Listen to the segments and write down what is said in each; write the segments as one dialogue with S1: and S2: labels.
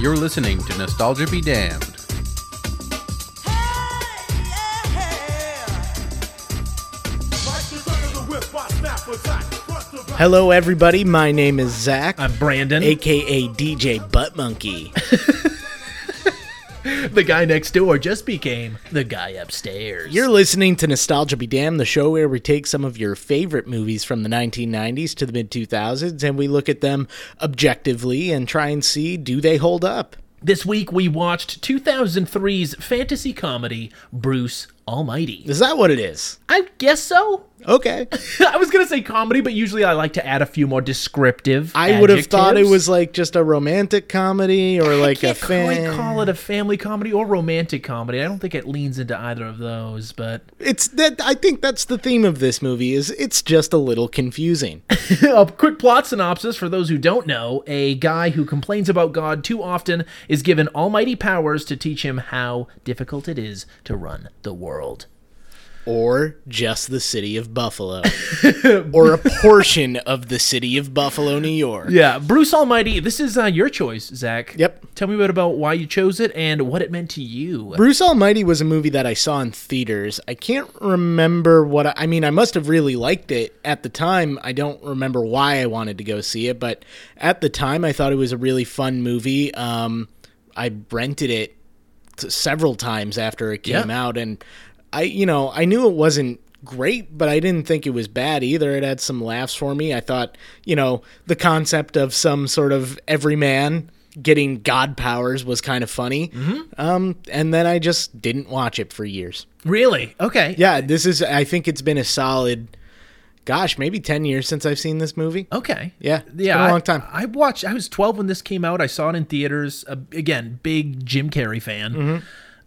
S1: You're listening to Nostalgia Be Damned.
S2: Hello, everybody. My name is Zach,
S3: I'm Brandon.
S2: aka DJ Butt Monkey.
S3: the guy next door just became the guy upstairs.
S2: You're listening to Nostalgia Be Damned, the show where we take some of your favorite movies from the 1990s to the mid 2000s and we look at them objectively and try and see do they hold up.
S3: this week we watched 2003's fantasy comedy Bruce Almighty.
S2: Is that what it is?
S3: I guess so.
S2: Okay.
S3: I was gonna say comedy, but usually I like to add a few more descriptive.
S2: I would have thought it
S3: adjectives.
S2: was like just a romantic comedy or like
S3: I
S2: a
S3: can't really
S2: fan.
S3: call it a family comedy or romantic comedy. I don't think it leans into either of those, but
S2: It's that I think that's the theme of this movie is it's just a little confusing.
S3: a quick plot synopsis for those who don't know a guy who complains about God too often is given almighty powers to teach him how difficult it is to run the world.
S2: or just the city of Buffalo, or a portion of the city of Buffalo, New York.
S3: Yeah, Bruce Almighty, this is uh, your choice, Zach.
S2: Yep.
S3: Tell me a bit about why you chose it and what it meant to you.
S2: Bruce Almighty was a movie that I saw in theaters. I can't remember what I, I mean. I must have really liked it at the time. I don't remember why I wanted to go see it, but at the time I thought it was a really fun movie. Um, I rented it t- several times after it came
S3: Yeah.
S2: out, and I, you know, I knew it wasn't great, but I didn't think it was bad either. It had some laughs for me. I thought, you know, the concept of some sort of everyman getting god powers was kind of funny.
S3: Mm-hmm.
S2: Um, and then I just didn't watch it for years.
S3: Really? Okay.
S2: Yeah, this is. I think it's been a solid, gosh, maybe ten years since I've seen this movie.
S3: Okay.
S2: Yeah, it's
S3: Yeah.
S2: been a
S3: I-
S2: long time.
S3: I watched. I was 12 when this came out. I saw it in theaters. Uh, again, big Jim Carrey fan.
S2: Mm-hmm.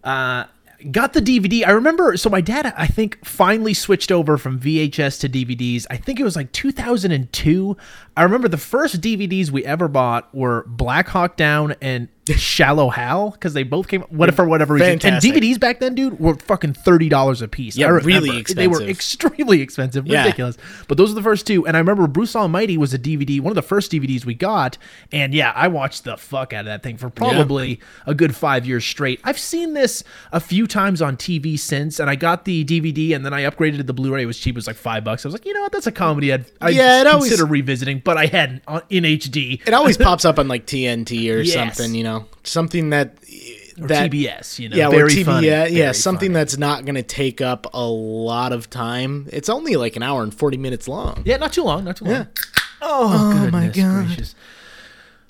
S3: Uh, got the DVD. I remember. So my dad, I think, finally switched over from VHS to DVDs. I think it was like 2002. I remember the first DVDs we ever bought were Black Hawk Down and Shallow Hal because they both came. What for whatever reason?
S2: Fantastic.
S3: And DVDs back then, dude, were fucking thirty dollars a piece.
S2: Yeah,
S3: I remember.
S2: really
S3: They were
S2: expensive.
S3: extremely expensive.
S2: Yeah.
S3: Ridiculous ridiculous. But those are the first two, and I remember Bruce Almighty was a DVD, one of the first DVDs we got, and yeah, I watched the fuck out of that thing for probably a good five years straight. I've seen this a few times on TV since, and I got the DVD, and then I upgraded to the Blu-ray. It was cheap; it was like five bucks. I was like, you know what, that's a comedy I'd, I'd
S2: Yeah, it always-
S3: consider revisiting, but I hadn't on, in HD
S2: It always pops up on like TNT or
S3: Yes.
S2: something, you know, something that that
S3: TBS. You know,
S2: yeah, or
S3: very
S2: TV,
S3: funny,
S2: yeah, yeah,
S3: very
S2: something
S3: funny.
S2: that's not going to take up a lot of time. It's only like an hour and forty minutes long.
S3: Yeah, not too long, not too long. Oh, my
S2: God.
S3: gracious.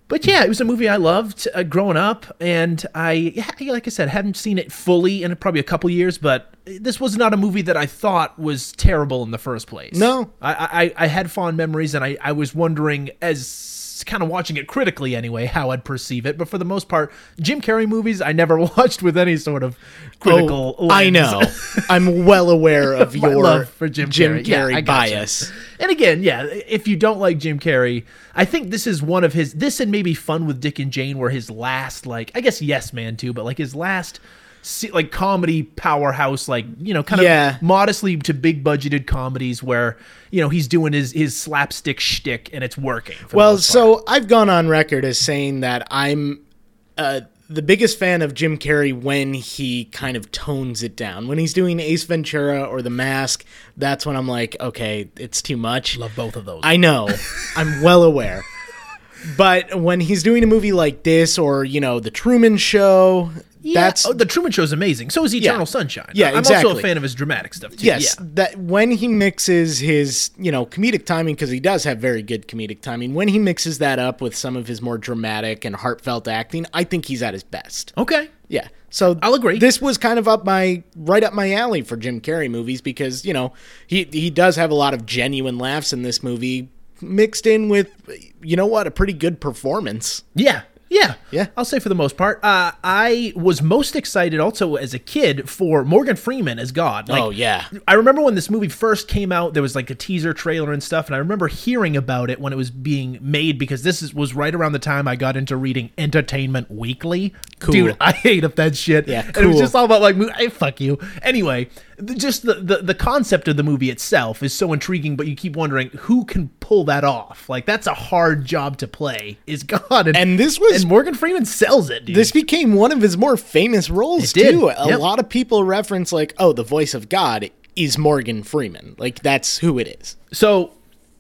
S3: But yeah, it was a movie I loved uh, growing up, and I, yeah, like I said, hadn't seen it fully in probably a couple years. But this was not a movie that I thought was terrible in the first place.
S2: No.
S3: I, I, I had fond memories, and I, I was wondering as kind of watching it critically anyway how I'd perceive it. But for the most part, Jim Carrey movies I never watched with any sort of critical.
S2: Oh, I
S3: lens.
S2: know. I'm well aware of
S3: My
S2: your
S3: love for Jim, Carrey, Yeah, I gotcha.
S2: bias.
S3: And again, yeah, if you don't like Jim Carrey, I think this is one of his. This and maybe Fun with Dick and Jane were his last, like I guess Yes Man too, but like his last, se- like comedy powerhouse, like you know, kind
S2: Yeah.
S3: of modestly to big budgeted comedies where you know he's doing his his slapstick shtick and it's working. for the
S2: Well,
S3: most part.
S2: so I've gone on record as saying that I'm uh, the biggest fan of Jim Carrey when he kind of tones it down. When he's doing Ace Ventura or The Mask, that's when I'm like, okay, it's too much.
S3: love both of those.
S2: I know. I'm well aware. But when he's doing a movie like this or, you know, The Truman Show,
S3: Yeah,
S2: that's
S3: oh, the Truman Show's amazing. So is Eternal Sunshine.
S2: Yeah,
S3: I'm also
S2: exactly.
S3: a fan of his dramatic stuff too.
S2: Yes,
S3: Yeah.
S2: that when he mixes his, you know, comedic timing because he does have very good comedic timing. When he mixes that up with some of his more dramatic and heartfelt acting, I think he's at his best.
S3: Okay.
S2: Yeah. So
S3: I'll agree.
S2: This was kind of up my right up my alley for Jim Carrey movies because, you know, he he does have a lot of genuine laughs in this movie mixed in with you know what, a pretty good performance.
S3: Yeah. Yeah.
S2: Yeah.
S3: I'll say for the most part. Uh, I was most excited also as a kid for Morgan Freeman as God. Like,
S2: oh yeah.
S3: I remember when this movie first came out, there was like a teaser trailer and stuff, and I remember hearing about it when it was being made because this is, was right around the time I got into reading Entertainment Weekly.
S2: Cool.
S3: Dude, I hate up that shit.
S2: Yeah,
S3: And it was
S2: cool.
S3: just all about like, mo- hey, fuck you. Anyway, the- just the, the the concept of the movie itself is so intriguing, but you keep wondering who can pull that off. Like that's a hard job to play. Is God and,
S2: And this was-
S3: and Morgan Freeman sells it. Dude.
S2: This became one of his more famous roles
S3: It did.
S2: too. A
S3: Yep.
S2: lot of people reference like, "Oh, the voice of God is Morgan Freeman." Like that's who it is.
S3: So,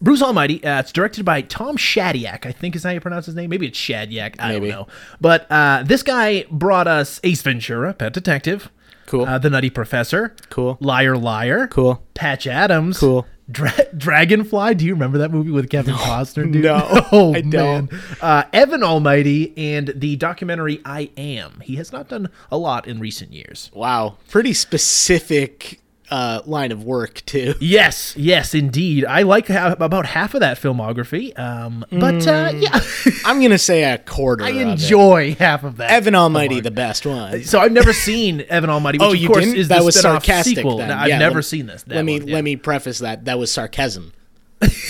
S3: Bruce Almighty, uh, it's directed by Tom Shadyac, I think is how you pronounce his name. Maybe it's Shadyac. I
S2: Maybe.
S3: don't know. But uh, this guy brought us Ace Ventura, Pet Detective.
S2: Cool.
S3: Uh, the Nutty Professor.
S2: Cool.
S3: Liar Liar.
S2: Cool.
S3: Patch Adams.
S2: Cool.
S3: Dra- Dragonfly. Do you remember that movie with Kevin Costner? Dude?
S2: no,
S3: oh,
S2: I
S3: man.
S2: don't.
S3: Uh, Evan Almighty and the documentary I Am. He has not done a lot in recent years.
S2: Wow, pretty specific uh, line of work too.
S3: Yes, yes, indeed. I like how, about half of that filmography, um, but uh, yeah,
S2: I'm gonna say a quarter.
S3: I
S2: of Mm. it.
S3: enjoy half of that.
S2: Evan Almighty the best one.
S3: So I've never seen Evan Almighty, which
S2: Oh,
S3: of
S2: you
S3: course
S2: didn't?
S3: is
S2: that
S3: the
S2: was
S3: spin-off
S2: sarcastic.
S3: sequel.
S2: then.
S3: No, I've
S2: Yeah,
S3: never
S2: lem-
S3: seen this. that
S2: let me
S3: one, yeah.
S2: let me preface that. That was sarcasm.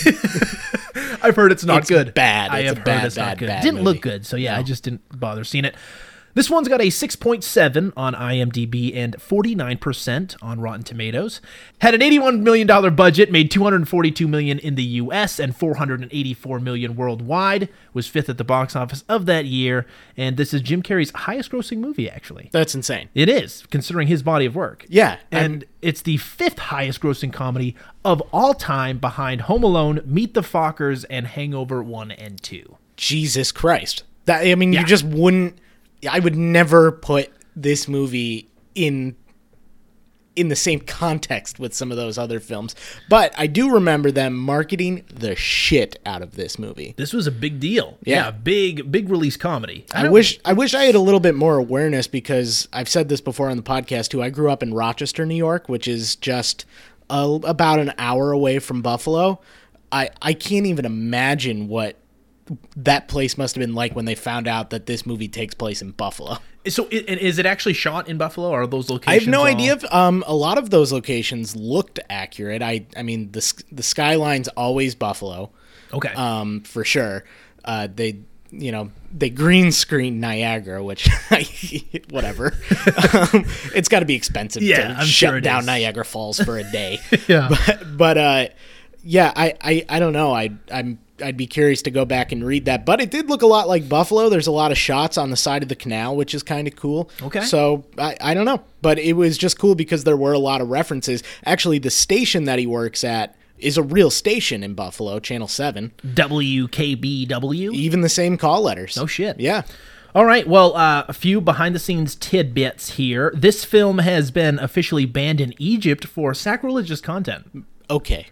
S3: I've heard it's not
S2: It's
S3: good.
S2: bad.
S3: I
S2: It's a
S3: have heard
S2: bad,
S3: it's not
S2: bad,
S3: good.
S2: bad
S3: didn't
S2: movie.
S3: look good, so yeah, I just didn't bother seeing it. This one's got a 6.7 on IMDb and 49% on Rotten Tomatoes. Had an 81 million dollar budget, made 242 million in the US and 484 million worldwide. Was fifth at the box office of that year, and this is Jim Carrey's highest-grossing movie actually.
S2: That's insane.
S3: It is, considering his body of work.
S2: Yeah,
S3: And it's the fifth highest grossing comedy of all time behind Home Alone, Meet the Fockers, and Hangover 1 and 2.
S2: Jesus Christ. That I mean,
S3: Yeah.
S2: you just wouldn't. I would never put this movie in in the same context with some of those other films, but I do remember them marketing the shit out of this movie.
S3: This was a big deal.
S2: Yeah.
S3: big, big release comedy.
S2: I,
S3: don't-
S2: wish I wish I had a little bit more awareness because I've said this before on the podcast too. I grew up in Rochester, New York, which is just a, about an hour away from Buffalo. I I can't even imagine what that place must have been like when they found out that this movie takes place in Buffalo.
S3: So, i- and is it actually shot in Buffalo or are those
S2: I
S3: locations?
S2: have no
S3: all-
S2: idea if um, a lot of those locations looked accurate. I I mean the s- the skyline's always Buffalo.
S3: Okay.
S2: um, for sure. Uh, they, you know, they green screen Niagara, which I, whatever. um, it's got to be expensive
S3: Yeah,
S2: to
S3: I'm
S2: shut
S3: sure it
S2: down
S3: is.
S2: Niagara Falls for a day.
S3: Yeah.
S2: but, but uh, yeah, I, I, I don't know. I, I'm. I'd be curious to go back and read that, but it did look a lot like Buffalo. There's a lot of shots on the side of the canal, which is kind of cool.
S3: Okay.
S2: So I, I don't know, but it was just cool because there were a lot of references. Actually, the station that he works at is a real station in Buffalo, Channel 7
S3: WKBW?
S2: even the same call letters.
S3: No shit.
S2: Yeah.
S3: All right. Well, uh, a few behind the scenes tidbits here. This film has been officially banned in Egypt for sacrilegious content.
S2: Okay.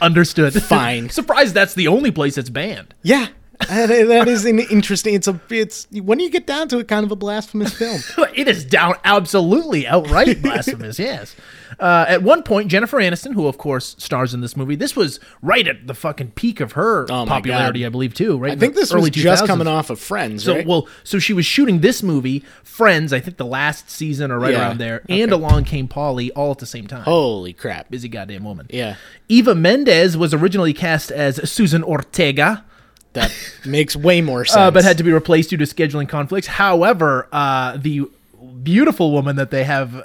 S3: Understood.
S2: Uh, Fine.
S3: Surprised that's the only place it's banned.
S2: Yeah. Uh, that that is an interesting. It's a. It's when you get down to it, kind of a blasphemous film.
S3: it is down absolutely outright blasphemous yes uh, at one point jennifer aniston who of course stars in this movie this was right at the fucking peak of her
S2: Oh my
S3: popularity
S2: God.
S3: i believe too right
S2: I think this was just coming off of Friends,
S3: so
S2: right?
S3: well so she was shooting this movie friends i think the last season or right
S2: Yeah.
S3: around there and along came polly all at the same time
S2: Holy crap!
S3: busy goddamn woman
S2: Yeah,
S3: eva mendes was originally cast as susan ortega
S2: that makes way more sense.
S3: uh, but had to be replaced due to scheduling conflicts. However, uh, the beautiful woman that they have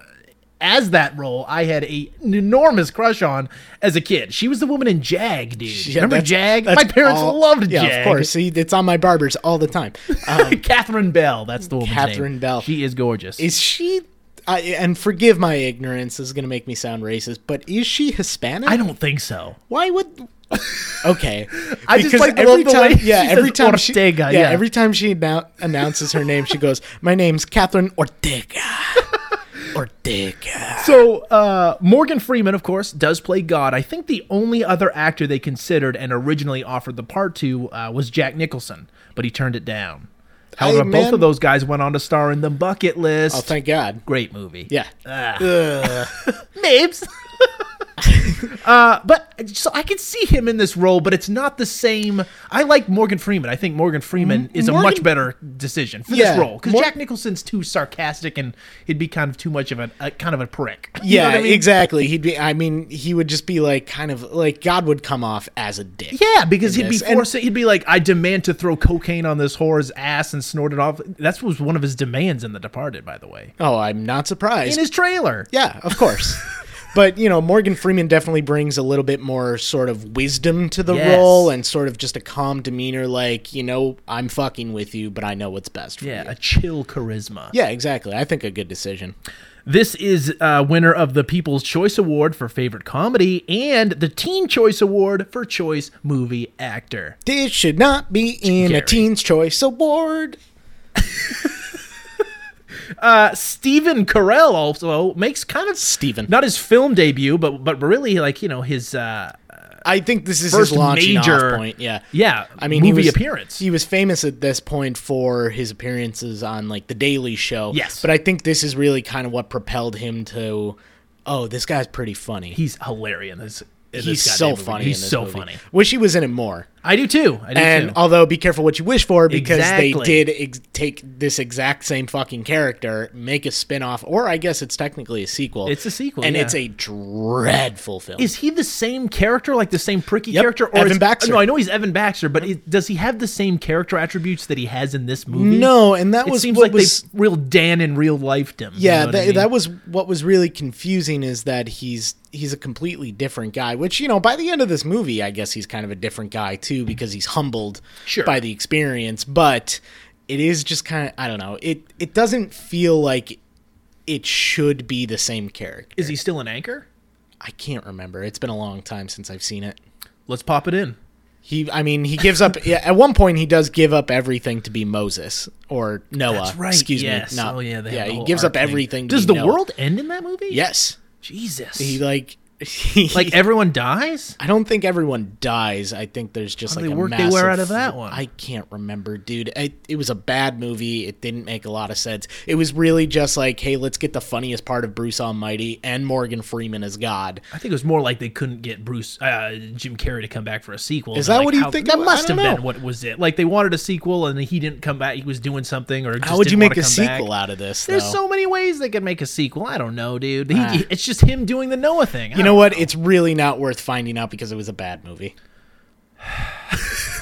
S3: as that role, I had a, an enormous crush on as a kid. She was the woman in Jag, dude.
S2: Yeah,
S3: Remember
S2: that's-
S3: Jag?
S2: that's
S3: My parents
S2: all-
S3: loved
S2: Yeah,
S3: Jag.
S2: of course. See, it's on my barbers all the time. Uh,
S3: Catherine Bell, that's the woman's
S2: Catherine
S3: name.
S2: Bell.
S3: She is gorgeous.
S2: is she? I, and forgive my ignorance. This is going to make me sound racist, but is she Hispanic?
S3: I don't think so.
S2: Why would? Okay,
S3: I just
S2: Because
S3: like the
S2: every
S3: little
S2: time.
S3: way
S2: yeah,
S3: she
S2: every
S3: says
S2: time
S3: Ortega,
S2: she.
S3: yeah.
S2: every time she now announces her name, she goes, "My name's Catherine Ortega." Ortega.
S3: So uh, Morgan Freeman, of course, does play God. I think the only other actor they considered and originally offered the part to uh, was Jack Nicholson, but he turned it down. However,
S2: Hey,
S3: both
S2: man.
S3: of those guys went on to star in The Bucket List.
S2: Oh, thank God.
S3: Great movie.
S2: Yeah.
S3: Mabes. uh, but so I can see him in this role, but it's not the same. I like Morgan Freeman. I think Morgan Freeman is a
S2: Morgan-
S3: much better decision for
S2: Yeah.
S3: this role because
S2: Mor-
S3: Jack Nicholson's too sarcastic and he'd be kind of too much of a, a kind of a prick. You know
S2: Yeah,
S3: what I mean?
S2: exactly. He'd be. I mean, he would just be like, kind of like God would come off as a dick.
S3: Yeah, because
S2: in
S3: he'd be
S2: this. And-
S3: forced. he'd be like, "I demand to throw cocaine on this whore's ass and snort it off." That was one of his demands in The Departed, by the way,
S2: Oh, I'm not surprised.
S3: in his trailer.
S2: yeah, of course. But you know, Morgan Freeman definitely brings a little bit more sort of wisdom to the
S3: Yes.
S2: role and sort of just a calm demeanor, like you know, I'm fucking with you, but I know what's best for
S3: Yeah,
S2: you.
S3: a chill charisma.
S2: Yeah, exactly. I think a good decision.
S3: This is uh, winner of the People's Choice Award for Favorite Comedy and the Teen Choice Award for Choice Movie Actor.
S2: This should not be in
S3: Gary.
S2: a Teen's Choice Award.
S3: Uh, Stephen Carell also makes kind of
S2: Stephen.
S3: not his film debut, but but really like you know his uh,
S2: I think this is
S3: First
S2: his launching
S3: major-
S2: off point. Yeah.
S3: yeah.
S2: I mean,
S3: movie
S2: he was,
S3: appearance.
S2: He was famous at this point for his appearances on like The Daily Show.
S3: Yes.
S2: but I think this is really kind of what propelled him to. Oh, this guy's pretty funny.
S3: he's hilarious. in this- in
S2: He's
S3: this
S2: so
S3: goddamn movie.
S2: funny.
S3: He's
S2: in this
S3: so
S2: movie.
S3: funny.
S2: Wish he was in it more.
S3: I do too. I do
S2: And
S3: too.
S2: although, be careful what you wish for because
S3: Exactly.
S2: they did ex- take this exact same fucking character, make a spin off, or I guess it's technically a sequel.
S3: It's a sequel,
S2: and
S3: yeah.
S2: it's a dreadful film.
S3: is he the same character, like the same pricky
S2: Yep,
S3: character?
S2: Evan
S3: it's-
S2: Baxter.
S3: No, I know he's Evan Baxter, but it, does he have the same character attributes that he has in this movie?
S2: no, and that
S3: It
S2: was
S3: seems
S2: what
S3: like
S2: was
S3: they real Dan in real life him. you
S2: Yeah,
S3: know what
S2: that,
S3: I mean?
S2: that was what was really confusing is that he's he's a completely different guy. Which you know, by the end of this movie, I guess he's kind of a different guy too because he's humbled
S3: Sure.
S2: by the experience. But it is just kind of I don't know. It it doesn't feel like it should be the same character.
S3: Is he still an anchor?
S2: I can't remember. It's been a long time since I've seen it.
S3: Let's pop it in.
S2: He, I mean, he gives up. yeah, at one point, he does give up everything to be Moses or Noah. Excuse
S3: yes.
S2: me. Not,
S3: oh yeah. They
S2: yeah.
S3: have the
S2: He
S3: whole
S2: gives up
S3: arc thing.
S2: everything. To
S3: Does
S2: be
S3: the
S2: Noah.
S3: world end in that movie?
S2: Yes.
S3: Jesus.
S2: He like he,
S3: like everyone dies.
S2: I don't think everyone dies. I think there's just
S3: How
S2: like
S3: do they
S2: a
S3: work they
S2: massive,
S3: were out of that one?
S2: I can't remember, dude. I, it was a bad movie. It didn't make a lot of sense. It was really just like, hey, let's get the funniest part of Bruce Almighty and Morgan Freeman as God.
S3: I think it was more like they couldn't get Bruce uh, Jim Carrey to come back for a sequel.
S2: Is
S3: than,
S2: that
S3: like,
S2: what you
S3: how-
S2: think it
S3: That
S2: was?
S3: must
S2: I
S3: have
S2: don't
S3: been
S2: know.
S3: what was it? Like they wanted a sequel and he didn't come back. He was doing something or just
S2: How would you
S3: didn't wanna
S2: make a
S3: come back.
S2: sequel out of this?
S3: There's
S2: though?
S3: so many ways they could make a sequel. I don't know, dude. He,
S2: Ah.
S3: It's just him doing the Noah thing. I
S2: you
S3: don't-
S2: know what? It's really not worth finding out because it was a bad movie.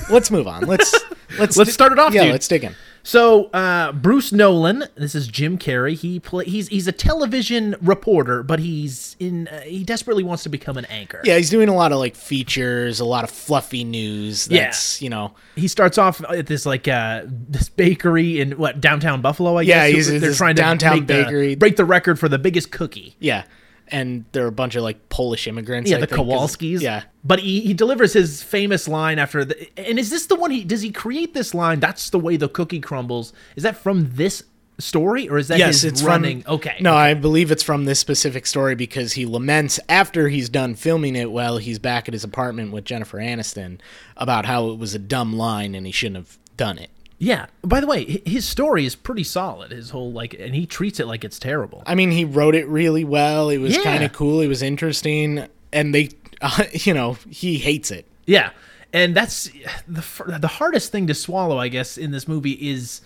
S2: let's move on. Let's let's
S3: Let's start it off,
S2: Yeah,
S3: dude.
S2: let's dig in.
S3: So uh, Bruce Nolan, this is Jim Carrey. He play he's he's a television reporter, but he's in uh, he desperately wants to become an anchor.
S2: Yeah, he's doing a lot of like features, a lot of fluffy news.
S3: Yeah.
S2: That's you know.
S3: He starts off at this like uh, this bakery in what downtown Buffalo. I
S2: Yeah,
S3: guess
S2: he's at
S3: they're
S2: this
S3: trying
S2: downtown
S3: to make the-
S2: bakery.
S3: break the record for the biggest cookie.
S2: Yeah. And there are a bunch of like Polish immigrants.
S3: Yeah,
S2: I
S3: the
S2: think, 'cause-
S3: Kowalskis.
S2: Yeah.
S3: but he, he delivers his famous line after the. And is this the one he does he create this line? That's the way the cookie crumbles. Is that from this story or is that
S2: Yes,
S3: his
S2: it's
S3: running?
S2: From,
S3: okay,
S2: No, I believe it's from this specific story because he laments after he's done filming it while he's back at his apartment with Jennifer Aniston about how it was a dumb line and he shouldn't have done it.
S3: Yeah. By the way, hi- his story is pretty solid. His whole like, and he treats it like it's terrible.
S2: I mean, he wrote it really well. It was
S3: Yeah.
S2: kind of cool. It was interesting. And they, uh, you know, he hates it.
S3: Yeah, and that's the fir- the hardest thing to swallow, I guess, in this movie is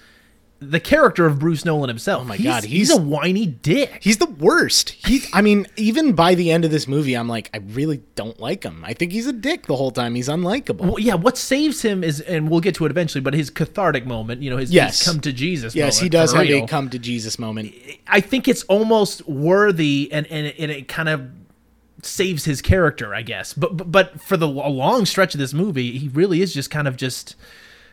S3: the character of Bruce Nolan himself. Oh
S2: my God,
S3: he's,
S2: he's-
S3: a whiny dick.
S2: He's the worst. He, I mean, even by the end of this movie, I'm like, I really don't like him. I think he's a dick the whole time. He's unlikable.
S3: Well, yeah, what saves him is, and we'll get to it eventually, but his cathartic moment, you know, his, his
S2: Yes.
S3: come to Jesus.
S2: Yes, he
S3: moment,
S2: does
S3: for
S2: have
S3: real.
S2: a come to Jesus moment.
S3: I think it's almost worthy, and and, and it kind of saves his character, I guess. But but, but for the a long stretch of this movie, he really is just kind of just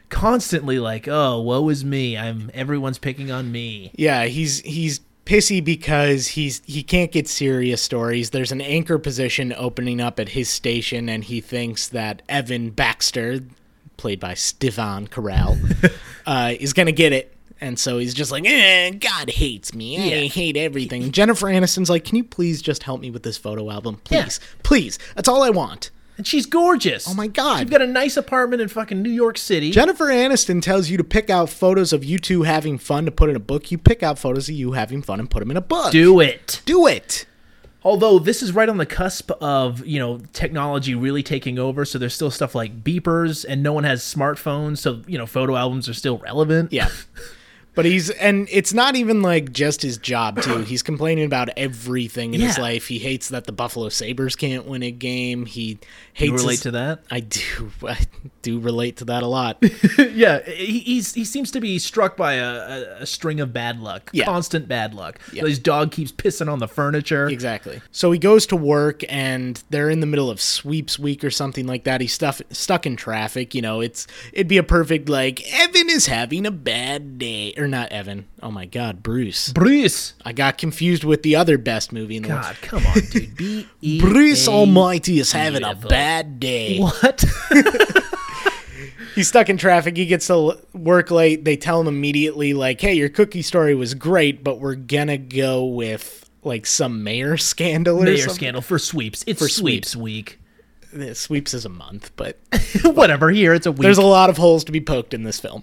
S3: constantly like, oh, woe is me. I'm everyone's picking on me.
S2: Yeah, he's he's pissy because he's he can't get serious stories. There's an anchor position opening up at his station, and he thinks that Evan Baxter, played by Stevan Carell, uh, is gonna get it. And so he's just like, eh, God hates me. I
S3: Yeah.
S2: hate everything. Jennifer Aniston's like, can you please just help me with this photo album?
S3: Yeah.
S2: Please. Please. That's all I want.
S3: And she's gorgeous.
S2: Oh my God.
S3: She's got a nice apartment in fucking New York City.
S2: Jennifer Aniston tells you to pick out photos of you two having fun to put in a book. You pick out photos of you having fun and put them in a book.
S3: Do it.
S2: Do it.
S3: Although this is right on the cusp of, you know, technology really taking over, so there's still stuff like beepers and no one has smartphones, so you know, photo albums are still relevant.
S2: Yeah. But he's and it's not even like just his job too. He's complaining about everything in his
S3: Yeah.
S2: life. He hates that the Buffalo Sabres can't win a game. He hates
S3: You relate
S2: his-
S3: to that?
S2: I do I do relate to that a lot.
S3: yeah, he, he's he seems to be struck by a, a, a string of bad luck,
S2: Yeah.
S3: constant bad luck.
S2: Yeah.
S3: His dog keeps pissing on the furniture.
S2: Exactly. So he goes to work, and they're in the middle of sweeps week or something like that. He's stuff, stuck in traffic. You know, it's it'd be a perfect like Evan is having a bad day, or not Evan. Oh my God, Bruce.
S3: Bruce,
S2: I got confused with the other best movie in the world.
S3: God, come on, dude. B E
S2: Bruce
S3: A-
S2: Almighty is having a
S3: Beautiful.
S2: bad day.
S3: What?
S2: He's stuck in traffic. He gets to l- work late. They tell him immediately, like, "Hey, your cookie story was great, but we're gonna go with like some mayor scandal or
S3: Mayor
S2: something."
S3: scandal for sweeps. It's sweeps, week.
S2: Eh, Sweeps is a month, but
S3: Whatever. Here, it's a week.
S2: There's a lot of holes to be poked in this film.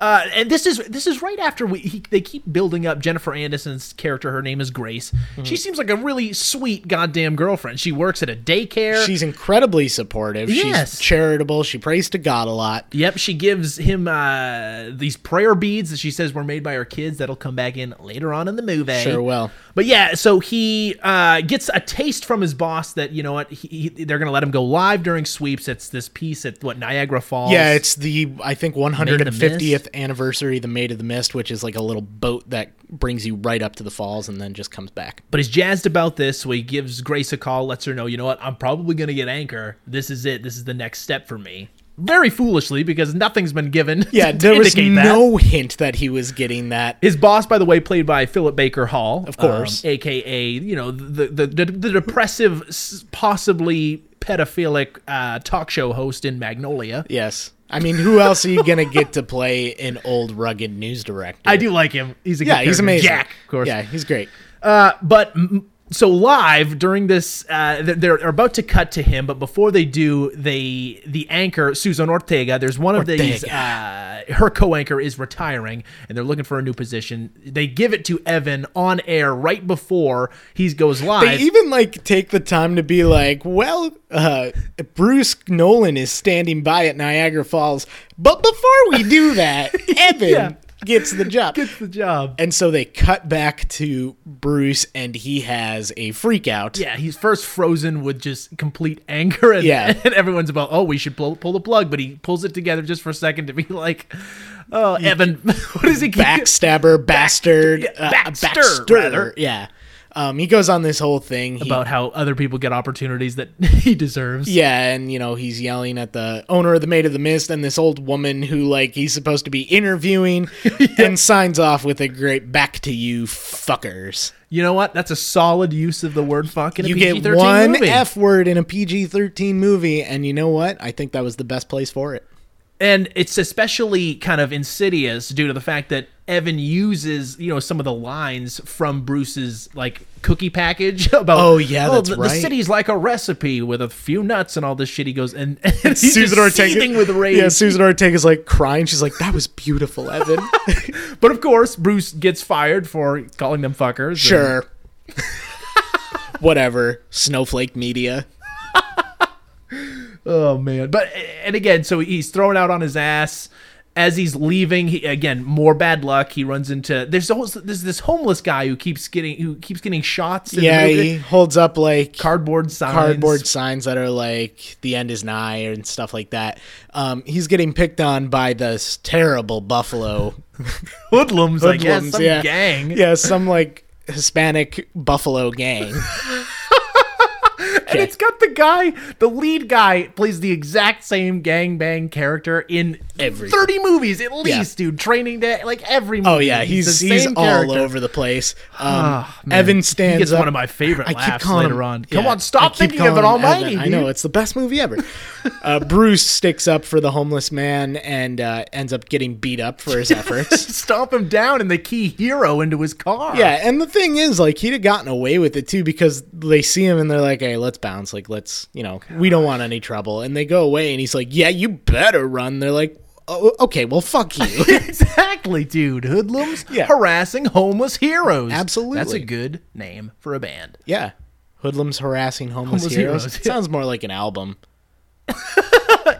S3: Uh, and this is this is right after we he, they keep building up Jennifer Anderson's character. Her name is Grace.
S2: Mm-hmm.
S3: She seems like a really sweet goddamn girlfriend. She works at a daycare.
S2: She's incredibly supportive.
S3: Yes.
S2: She's charitable. She prays to God a lot.
S3: Yep, she gives him uh, these prayer beads that she says were made by her kids that'll come back in later on in the movie.
S2: Sure will.
S3: But yeah, so he uh, gets a taste from his boss that you know what he, he, they're going to let him go live during sweeps. It's this piece at what Niagara Falls.
S2: Yeah, it's the I think
S3: Mist?
S2: 150th anniversary of the Maid of the Mist, which is like a little boat that brings you right up to the falls and then just comes back.
S3: but he's jazzed about this, so he gives Grace a call, lets her know, you know what, I'm probably going to get anchor. This is it. This is the next step for me. Very foolishly, because nothing's been given.
S2: Yeah,
S3: to
S2: there was
S3: indicate that.
S2: no hint that he was getting that.
S3: His boss, by the way, played by Philip Baker Hall, um, of
S2: course.
S3: aka you know the the the, the depressive, s- possibly pedophilic uh, talk show host in Magnolia.
S2: Yes. I mean, who else are you going to get to play an old rugged news director?
S3: I do like him. He's a good
S2: Yeah, he's
S3: character.
S2: amazing.
S3: Jack, of course.
S2: Yeah, he's great.
S3: but m- so live during this uh, th- they're, they're about to cut to him but before they do they the anchor susan ortega there's one of these uh, her co-anchor is retiring and they're looking for a new position they give it to evan on air right before he goes
S2: They
S3: live
S2: even like take the time to be like, well, uh, Bruce Nolan is standing by at Niagara Falls, but before we do that, Evan
S3: Yeah.
S2: gets the job.
S3: the job
S2: and so they cut back to Bruce, and he has a freak out.
S3: yeah he's first frozen with just complete anger and,
S2: Yeah.
S3: and everyone's about oh we should pull, pull the plug but he pulls it together just for a second to be like oh evan what does he keep-
S2: Backstabber, bastard, uh,
S3: Baxter,
S2: Baxter,
S3: rather.
S2: Yeah. Um, he goes on this whole thing he-
S3: about how other people get opportunities that he deserves.
S2: Yeah, and you know, he's yelling at the owner of the Maid of the Mist and this old woman who like he's supposed to be interviewing and signs off with a great back to you fuckers.
S3: You know what? That's a solid use of the word fuck in a
S2: You get
S3: PG-13
S2: one
S3: movie.
S2: F word in a PG thirteen movie, and you know what? I think that was the best place for it.
S3: and it's especially kind of insidious due to the fact that Evan uses, you know, some of the lines from Bruce's like cookie package about
S2: Oh, yeah, that's
S3: the, the
S2: right.
S3: city's like a recipe with a few nuts and all this shit he goes and, and he's just seething with rage.
S2: Yeah, Susan Ortega's like crying. She's like, That was beautiful, Evan.
S3: But of course, Bruce gets fired for calling them fuckers. and-
S2: sure. Whatever. Snowflake media.
S3: Oh man! But and again, so he's thrown out on his ass as he's leaving. He, again, more bad luck. He runs into there's also there's this homeless guy who keeps getting who keeps getting shots. In the
S2: Yeah,
S3: movie.
S2: he holds up like
S3: cardboard signs.
S2: cardboard signs that are like the end is nigh and stuff like that. Um, he's getting picked on by this terrible buffalo
S3: hoodlums, I guess,
S2: hoodlums,
S3: some
S2: yeah.
S3: gang.
S2: Yeah, some like Hispanic buffalo gang.
S3: And it's got the guy, the lead guy, plays the exact same gangbang character in
S2: Every-
S3: thirty movies at least, dude. Training Day, like every movie.
S2: Oh yeah, he's
S3: the
S2: he's,
S3: same
S2: all
S3: character.
S2: over the place. Um,
S3: Ah, man.
S2: Evan
S3: He
S2: stands
S3: gets
S2: up.
S3: one of my favorite
S2: I keep
S3: laughs
S2: calling-
S3: later on.
S2: yeah,
S3: Come on,
S2: I
S3: stop
S2: keep
S3: thinking of it,
S2: calling
S3: Almighty.
S2: Evan. I
S3: dude.
S2: know it's the best movie ever. Uh, Bruce sticks up for the homeless man and uh, ends up getting beat up for his efforts.
S3: stomp him down and they key hero into his car.
S2: Yeah, and the thing is, like, he'd have gotten away with it too because they see him and they're like, "Hey, let's bounce. Like, let's, you know, we don't want any trouble." And they go away, and he's like, "Yeah, you better run." They're like, oh, "Okay, well, fuck you."
S3: exactly, dude. Hoodlums
S2: Yeah.
S3: harassing homeless heroes.
S2: Absolutely.
S3: That's a good name for a band.
S2: yeah, hoodlums harassing homeless,
S3: Homeless
S2: heroes.
S3: heroes, yeah.
S2: Sounds more like an album.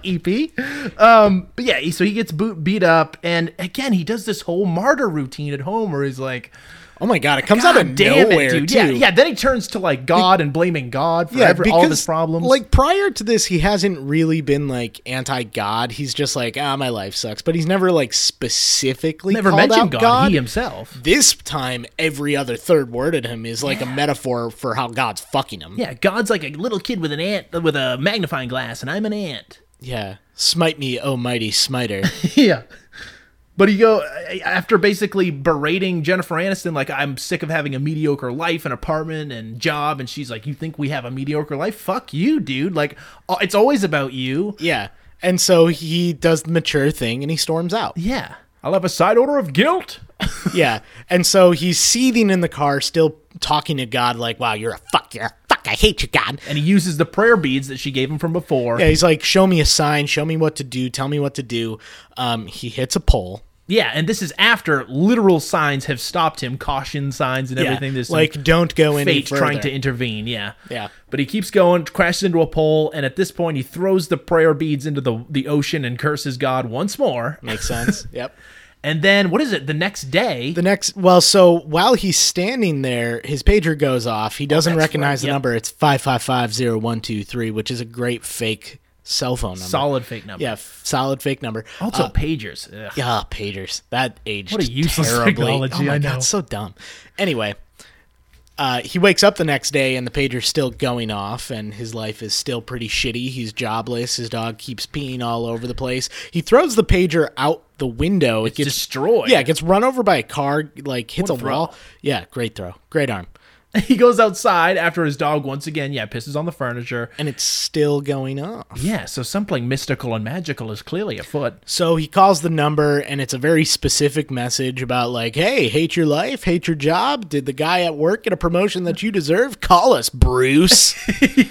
S3: EP. Um, but yeah, so he gets boot, beat up, and again, he does this whole martyr routine at home where he's like,
S2: Oh my god, it comes out
S3: God
S2: of
S3: damn
S2: nowhere
S3: it, dude.
S2: too.
S3: Yeah, yeah. Then he turns to like God and blaming God for every, all of his problems.
S2: Like prior to this, he hasn't really been like anti-God. He's just like, ah, my life sucks. But he's never like specifically
S3: never
S2: called
S3: mentioned
S2: out
S3: God,
S2: God.
S3: he himself.
S2: this time, every other third word at him is like a metaphor for how God's fucking him.
S3: Yeah, God's like a little kid with an ant with a magnifying glass, and I'm an ant.
S2: Yeah. Smite me, oh mighty smiter.
S3: yeah. But you go after basically berating Jennifer Aniston, like I'm sick of having a mediocre life, an apartment, and job, and she's like, "You think we have a mediocre life? Fuck you, dude! Like uh, it's always about you."
S2: yeah. And so he does the mature thing and he storms out.
S3: Yeah, I'll have a side order of guilt.
S2: yeah. And so he's seething in the car, still talking to God like, wow, you're a fuck, you're a fuck, I hate you, God.
S3: And he uses the prayer beads that she gave him from before.
S2: Yeah, he's like, show me a sign, show me what to do, tell me what to do. Um, he hits a pole.
S3: Yeah, and this is after literal signs have stopped him, caution signs and everything. This
S2: like, don't go any
S3: fate
S2: further.
S3: trying to intervene. Yeah,
S2: Yeah.
S3: But he keeps going, crashes into a pole, and at this point, he throws the prayer beads into the the ocean and curses God once more.
S2: Makes sense. yep.
S3: And then what is it? The next day,
S2: The next, well, so while he's standing there, his pager goes off. He doesn't
S3: that's
S2: recognize
S3: right,
S2: the
S3: yep.
S2: number. It's five five five zero one two three, which is a great fake cell phone number.
S3: solid fake number.
S2: yeah, f- solid fake number. Uh,
S3: Also pagers. Ugh.
S2: Yeah, pagers. That aged
S3: What a useless
S2: terribly.
S3: technology,
S2: Oh my
S3: I
S2: God,
S3: know.
S2: so dumb. Anyway, uh, he wakes up the next day and the pager's still going off, and his life is still pretty shitty. He's jobless. His dog keeps peeing all over the place. He throws the pager out the window. It gets
S3: destroyed.
S2: Yeah, it gets run over by a car. Like hits
S3: What a
S2: a
S3: throw.
S2: wall. Yeah, great throw. Great arm.
S3: He goes outside after his dog once again. Yeah, pisses on the furniture.
S2: And it's still going off.
S3: Yeah, so something mystical and magical is clearly afoot.
S2: So he calls the number, and it's a very specific message about, like, hey, hate your life, hate your job. Did the guy at work get a promotion that you deserve? Call us, Bruce.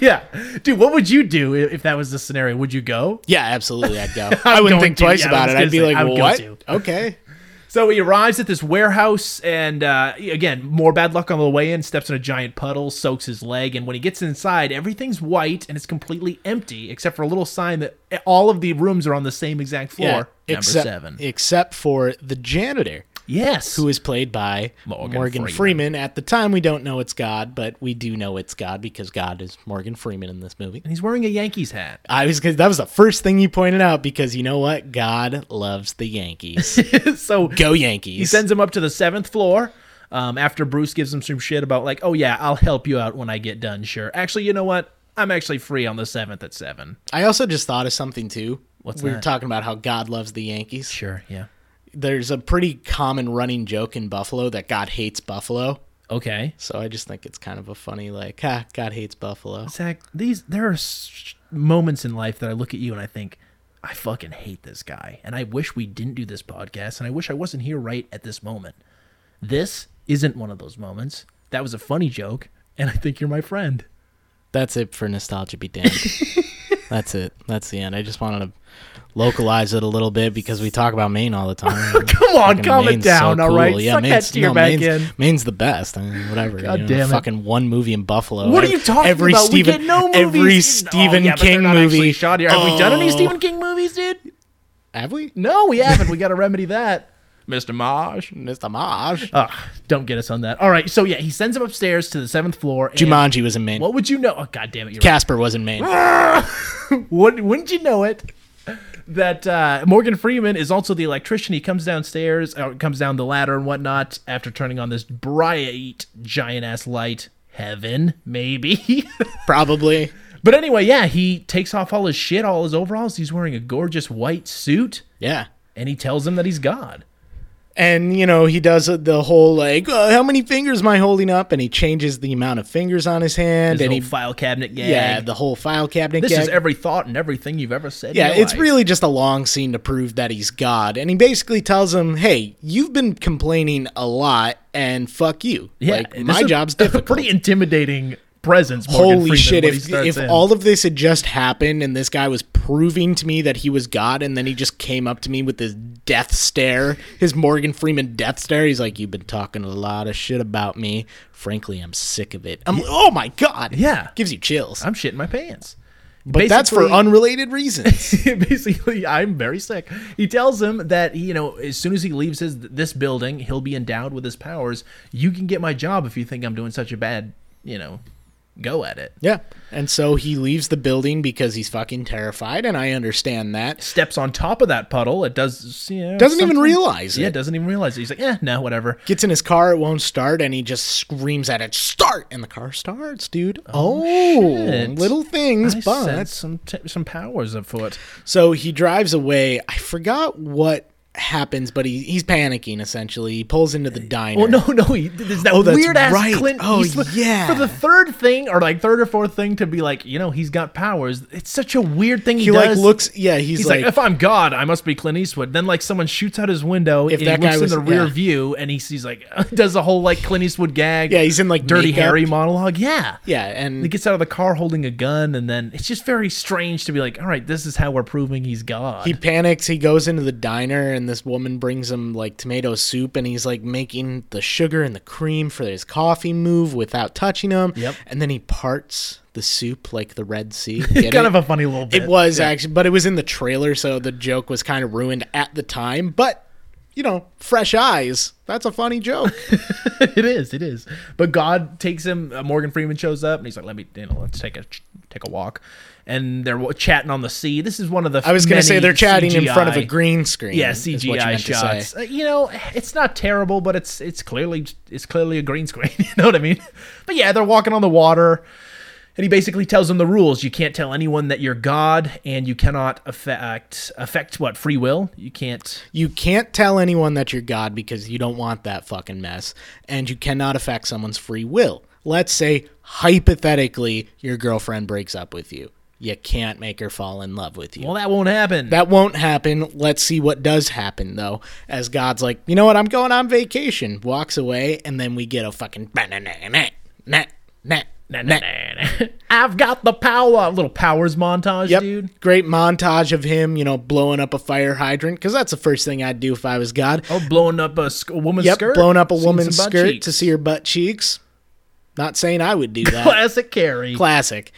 S3: yeah, dude, what would you do i- if that was the scenario? Would you go?
S2: yeah, absolutely. I'd go. I wouldn't
S3: going
S2: think
S3: to,
S2: twice
S3: yeah, I
S2: about
S3: was
S2: it.
S3: gonna
S2: I'd be
S3: say, I
S2: like,
S3: would go
S2: what?
S3: to.
S2: Okay.
S3: So he arrives at this warehouse, and uh, again, more bad luck on the way in. Steps in a giant puddle, soaks his leg, and when he gets inside, everything's white and it's completely empty except for a little sign that all of the rooms are on the same exact floor. Number
S2: except,
S3: seven.
S2: Except for the janitor,
S3: yes.
S2: who is played by Morgan,
S3: Morgan
S2: Freeman.
S3: Freeman.
S2: At the time, we don't know it's God, but we do know it's God because God is Morgan Freeman in this movie.
S3: and he's wearing a Yankees hat.
S2: I was that was the first thing you pointed out because you know what? God loves the Yankees.
S3: so
S2: Go Yankees.
S3: he sends him up to the seventh floor. Um, after Bruce gives him some shit about like, oh yeah, I'll help you out when I get done. Sure. Actually, you know what? I'm actually free on the seventh at seven.
S2: I also just thought of something too.
S3: What's
S2: we were
S3: that?
S2: talking about how God loves the Yankees.
S3: Sure. Yeah.
S2: There's a pretty common running joke in Buffalo that God hates Buffalo.
S3: Okay.
S2: So I just think it's kind of a funny like, ha, God hates Buffalo.
S3: Zach, these there are s- moments in life that I look at you and I think, I fucking hate this guy, and I wish we didn't do this podcast, and I wish I wasn't here right at this moment. This isn't one of those moments. That was a funny joke, and I think you're my friend.
S2: That's it for nostalgia be damned. That's it. That's the end. I just wanted to localize it a little bit because we talk about Maine all the time.
S3: Come on,
S2: Fucking
S3: calm it
S2: Maine's so
S3: down, all right? Suck that
S2: Maine's-
S3: tear back
S2: Maine's,
S3: in.
S2: Maine's the best. I mean, whatever.
S3: God
S2: you know,
S3: damn it.
S2: Fucking one movie in Buffalo.
S3: What are
S2: Ev-
S3: you talking
S2: every
S3: about?
S2: Stephen,
S3: we get no movies.
S2: Every
S3: in-
S2: Stephen
S3: oh, yeah, but they're
S2: King
S3: not actually
S2: movie.
S3: Shot here. Have we done any
S2: Oh.
S3: Stephen King movies, dude?
S2: Have we?
S3: No, we haven't. we got to remedy that. Mr. Marsh.
S2: Mr. Marsh.
S3: Ah, don't get us on that. All right, so yeah, he sends him upstairs to the seventh floor. and-
S2: Jumanji was in Maine.
S3: What would you know? Oh, God damn it! You're right.
S2: Casper was in Maine.
S3: Would, wouldn't you know it? That uh, Morgan Freeman is also the electrician. He comes downstairs, uh, comes down the ladder and whatnot after turning on this bright, giant ass light. Heaven, maybe.
S2: Probably.
S3: but anyway, yeah, he takes off all his shit, all his overalls. He's wearing a gorgeous white suit,
S2: Yeah.
S3: and he tells him that he's God.
S2: And, you know, he does the whole like, oh, how many fingers am I holding up? And he changes the amount of fingers on his hand.
S3: His
S2: and
S3: little
S2: he,
S3: file cabinet gag.
S2: yeah, the whole file cabinet.
S3: this is
S2: gag.
S3: every thought and everything you've ever said. in
S2: Yeah,
S3: your
S2: it's
S3: life.
S2: really just a long scene to prove that he's God. And he basically tells him, hey, you've been complaining a lot and fuck you.
S3: Yeah,
S2: like,
S3: this
S2: my
S3: is
S2: job's
S3: a
S2: difficult.
S3: Pretty intimidating presence. Morgan
S2: Holy
S3: Freeman,
S2: shit,
S3: when he
S2: if,
S3: starts
S2: if
S3: in.
S2: all of this had just happened and this guy was proving to me that he was God and then he just came up to me with his death stare, his Morgan Freeman death stare, he's like, you've been talking a lot of shit about me. Frankly, I'm sick of it. I'm, Oh my God.
S3: Yeah.
S2: Gives you chills.
S3: I'm shitting my pants.
S2: But that's for
S3: Basically-
S2: unrelated reasons.
S3: basically i'm very sick he tells him that you know as soon as he leaves his this building he'll be endowed with his powers you can get my job if you think i'm doing such a bad you know go at it
S2: yeah. And so he leaves the building because he's fucking terrified, and I understand that.
S3: steps on top of that puddle it does you know,
S2: Doesn't even
S3: something-
S2: realize it.
S3: yeah doesn't even realize it. he's like eh no whatever
S2: Gets in his car, it won't start, and he just screams at it, "Start!" And the car starts, dude. Oh,
S3: shit.
S2: little things,
S3: I
S2: but
S3: sense some t- some powers afoot
S2: So he drives away. I forgot what happens, but he, he's panicking essentially. He pulls into the diner.
S3: Well, no, no, he, there's that
S2: Oh, that's
S3: weird ass
S2: right.
S3: Clint
S2: Oh,
S3: Eastwood-
S2: yeah.
S3: For the third thing, or like third or fourth thing, to be like, you know, he's got powers. It's such a weird thing. He,
S2: He like
S3: does.
S2: looks. Yeah, he's,
S3: He's like,
S2: like,
S3: if I'm God, I must be Clint Eastwood. Then like someone shoots out his window.
S2: If
S3: he
S2: that
S3: looks
S2: guy was-
S3: in the rear
S2: yeah.
S3: view, and he sees like does a whole like Clint Eastwood gag.
S2: Yeah, he's in, like,
S3: Dirty
S2: makeup.
S3: Harry monologue. Yeah.
S2: yeah, and
S3: He gets out of the car holding a gun, and then it's just very strange to be like, all right, this is how we're proving he's God.
S2: he panics. He goes into the diner, and this woman brings him like tomato soup, and he's like making the sugar and the cream for his coffee move without touching them.
S3: Yep.
S2: And then he parts the soup like the Red Sea. Get
S3: kind
S2: it?
S3: of a funny little bit.
S2: It was actually, but it was in the trailer, so the joke was kind of ruined at the time. But you know, fresh eyes. That's a funny joke.
S3: it is. It is. But God takes him. Uh, Morgan Freeman shows up, and he's like, "Let me, you know, let's take a take a walk." And they're wa- chatting on the sea. This is one of the.
S2: I was going to say
S3: many
S2: they're chatting in front of a
S3: CGI
S2: green screen.
S3: Yeah,
S2: is what you
S3: CGI
S2: meant to say.
S3: shots. Uh, You know, it's not terrible, but it's it's clearly it's clearly a green screen. you know what I mean? But yeah, they're walking on the water, and he basically tells them the rules. You can't tell anyone that you're God, and you cannot affect affect what free will. You can't.
S2: You can't tell anyone that you're God because you don't want that fucking mess, and you cannot affect someone's free will. Let's say, hypothetically, your girlfriend breaks up with you. You can't make her fall in love with you.
S3: Well, that won't happen.
S2: That won't happen. Let's see what does happen, though. As God's like, you know what? I'm going on vacation. Walks away, and then we get a fucking banana, net, net,
S3: Nah,
S2: net.
S3: nah, nah, nah. I've got the power. Little powers montage,
S2: Yep.
S3: dude.
S2: Great montage of him, you know, blowing up a fire hydrant because that's the first thing I'd do if I was God.
S3: Oh, blowing up a, sk- a woman's
S2: yep,
S3: skirt.
S2: blowing up a
S3: Seen
S2: woman's
S3: some butt
S2: skirt
S3: cheeks.
S2: to see her butt cheeks. Not saying I would do that.
S3: Classic Carrie.
S2: Classic.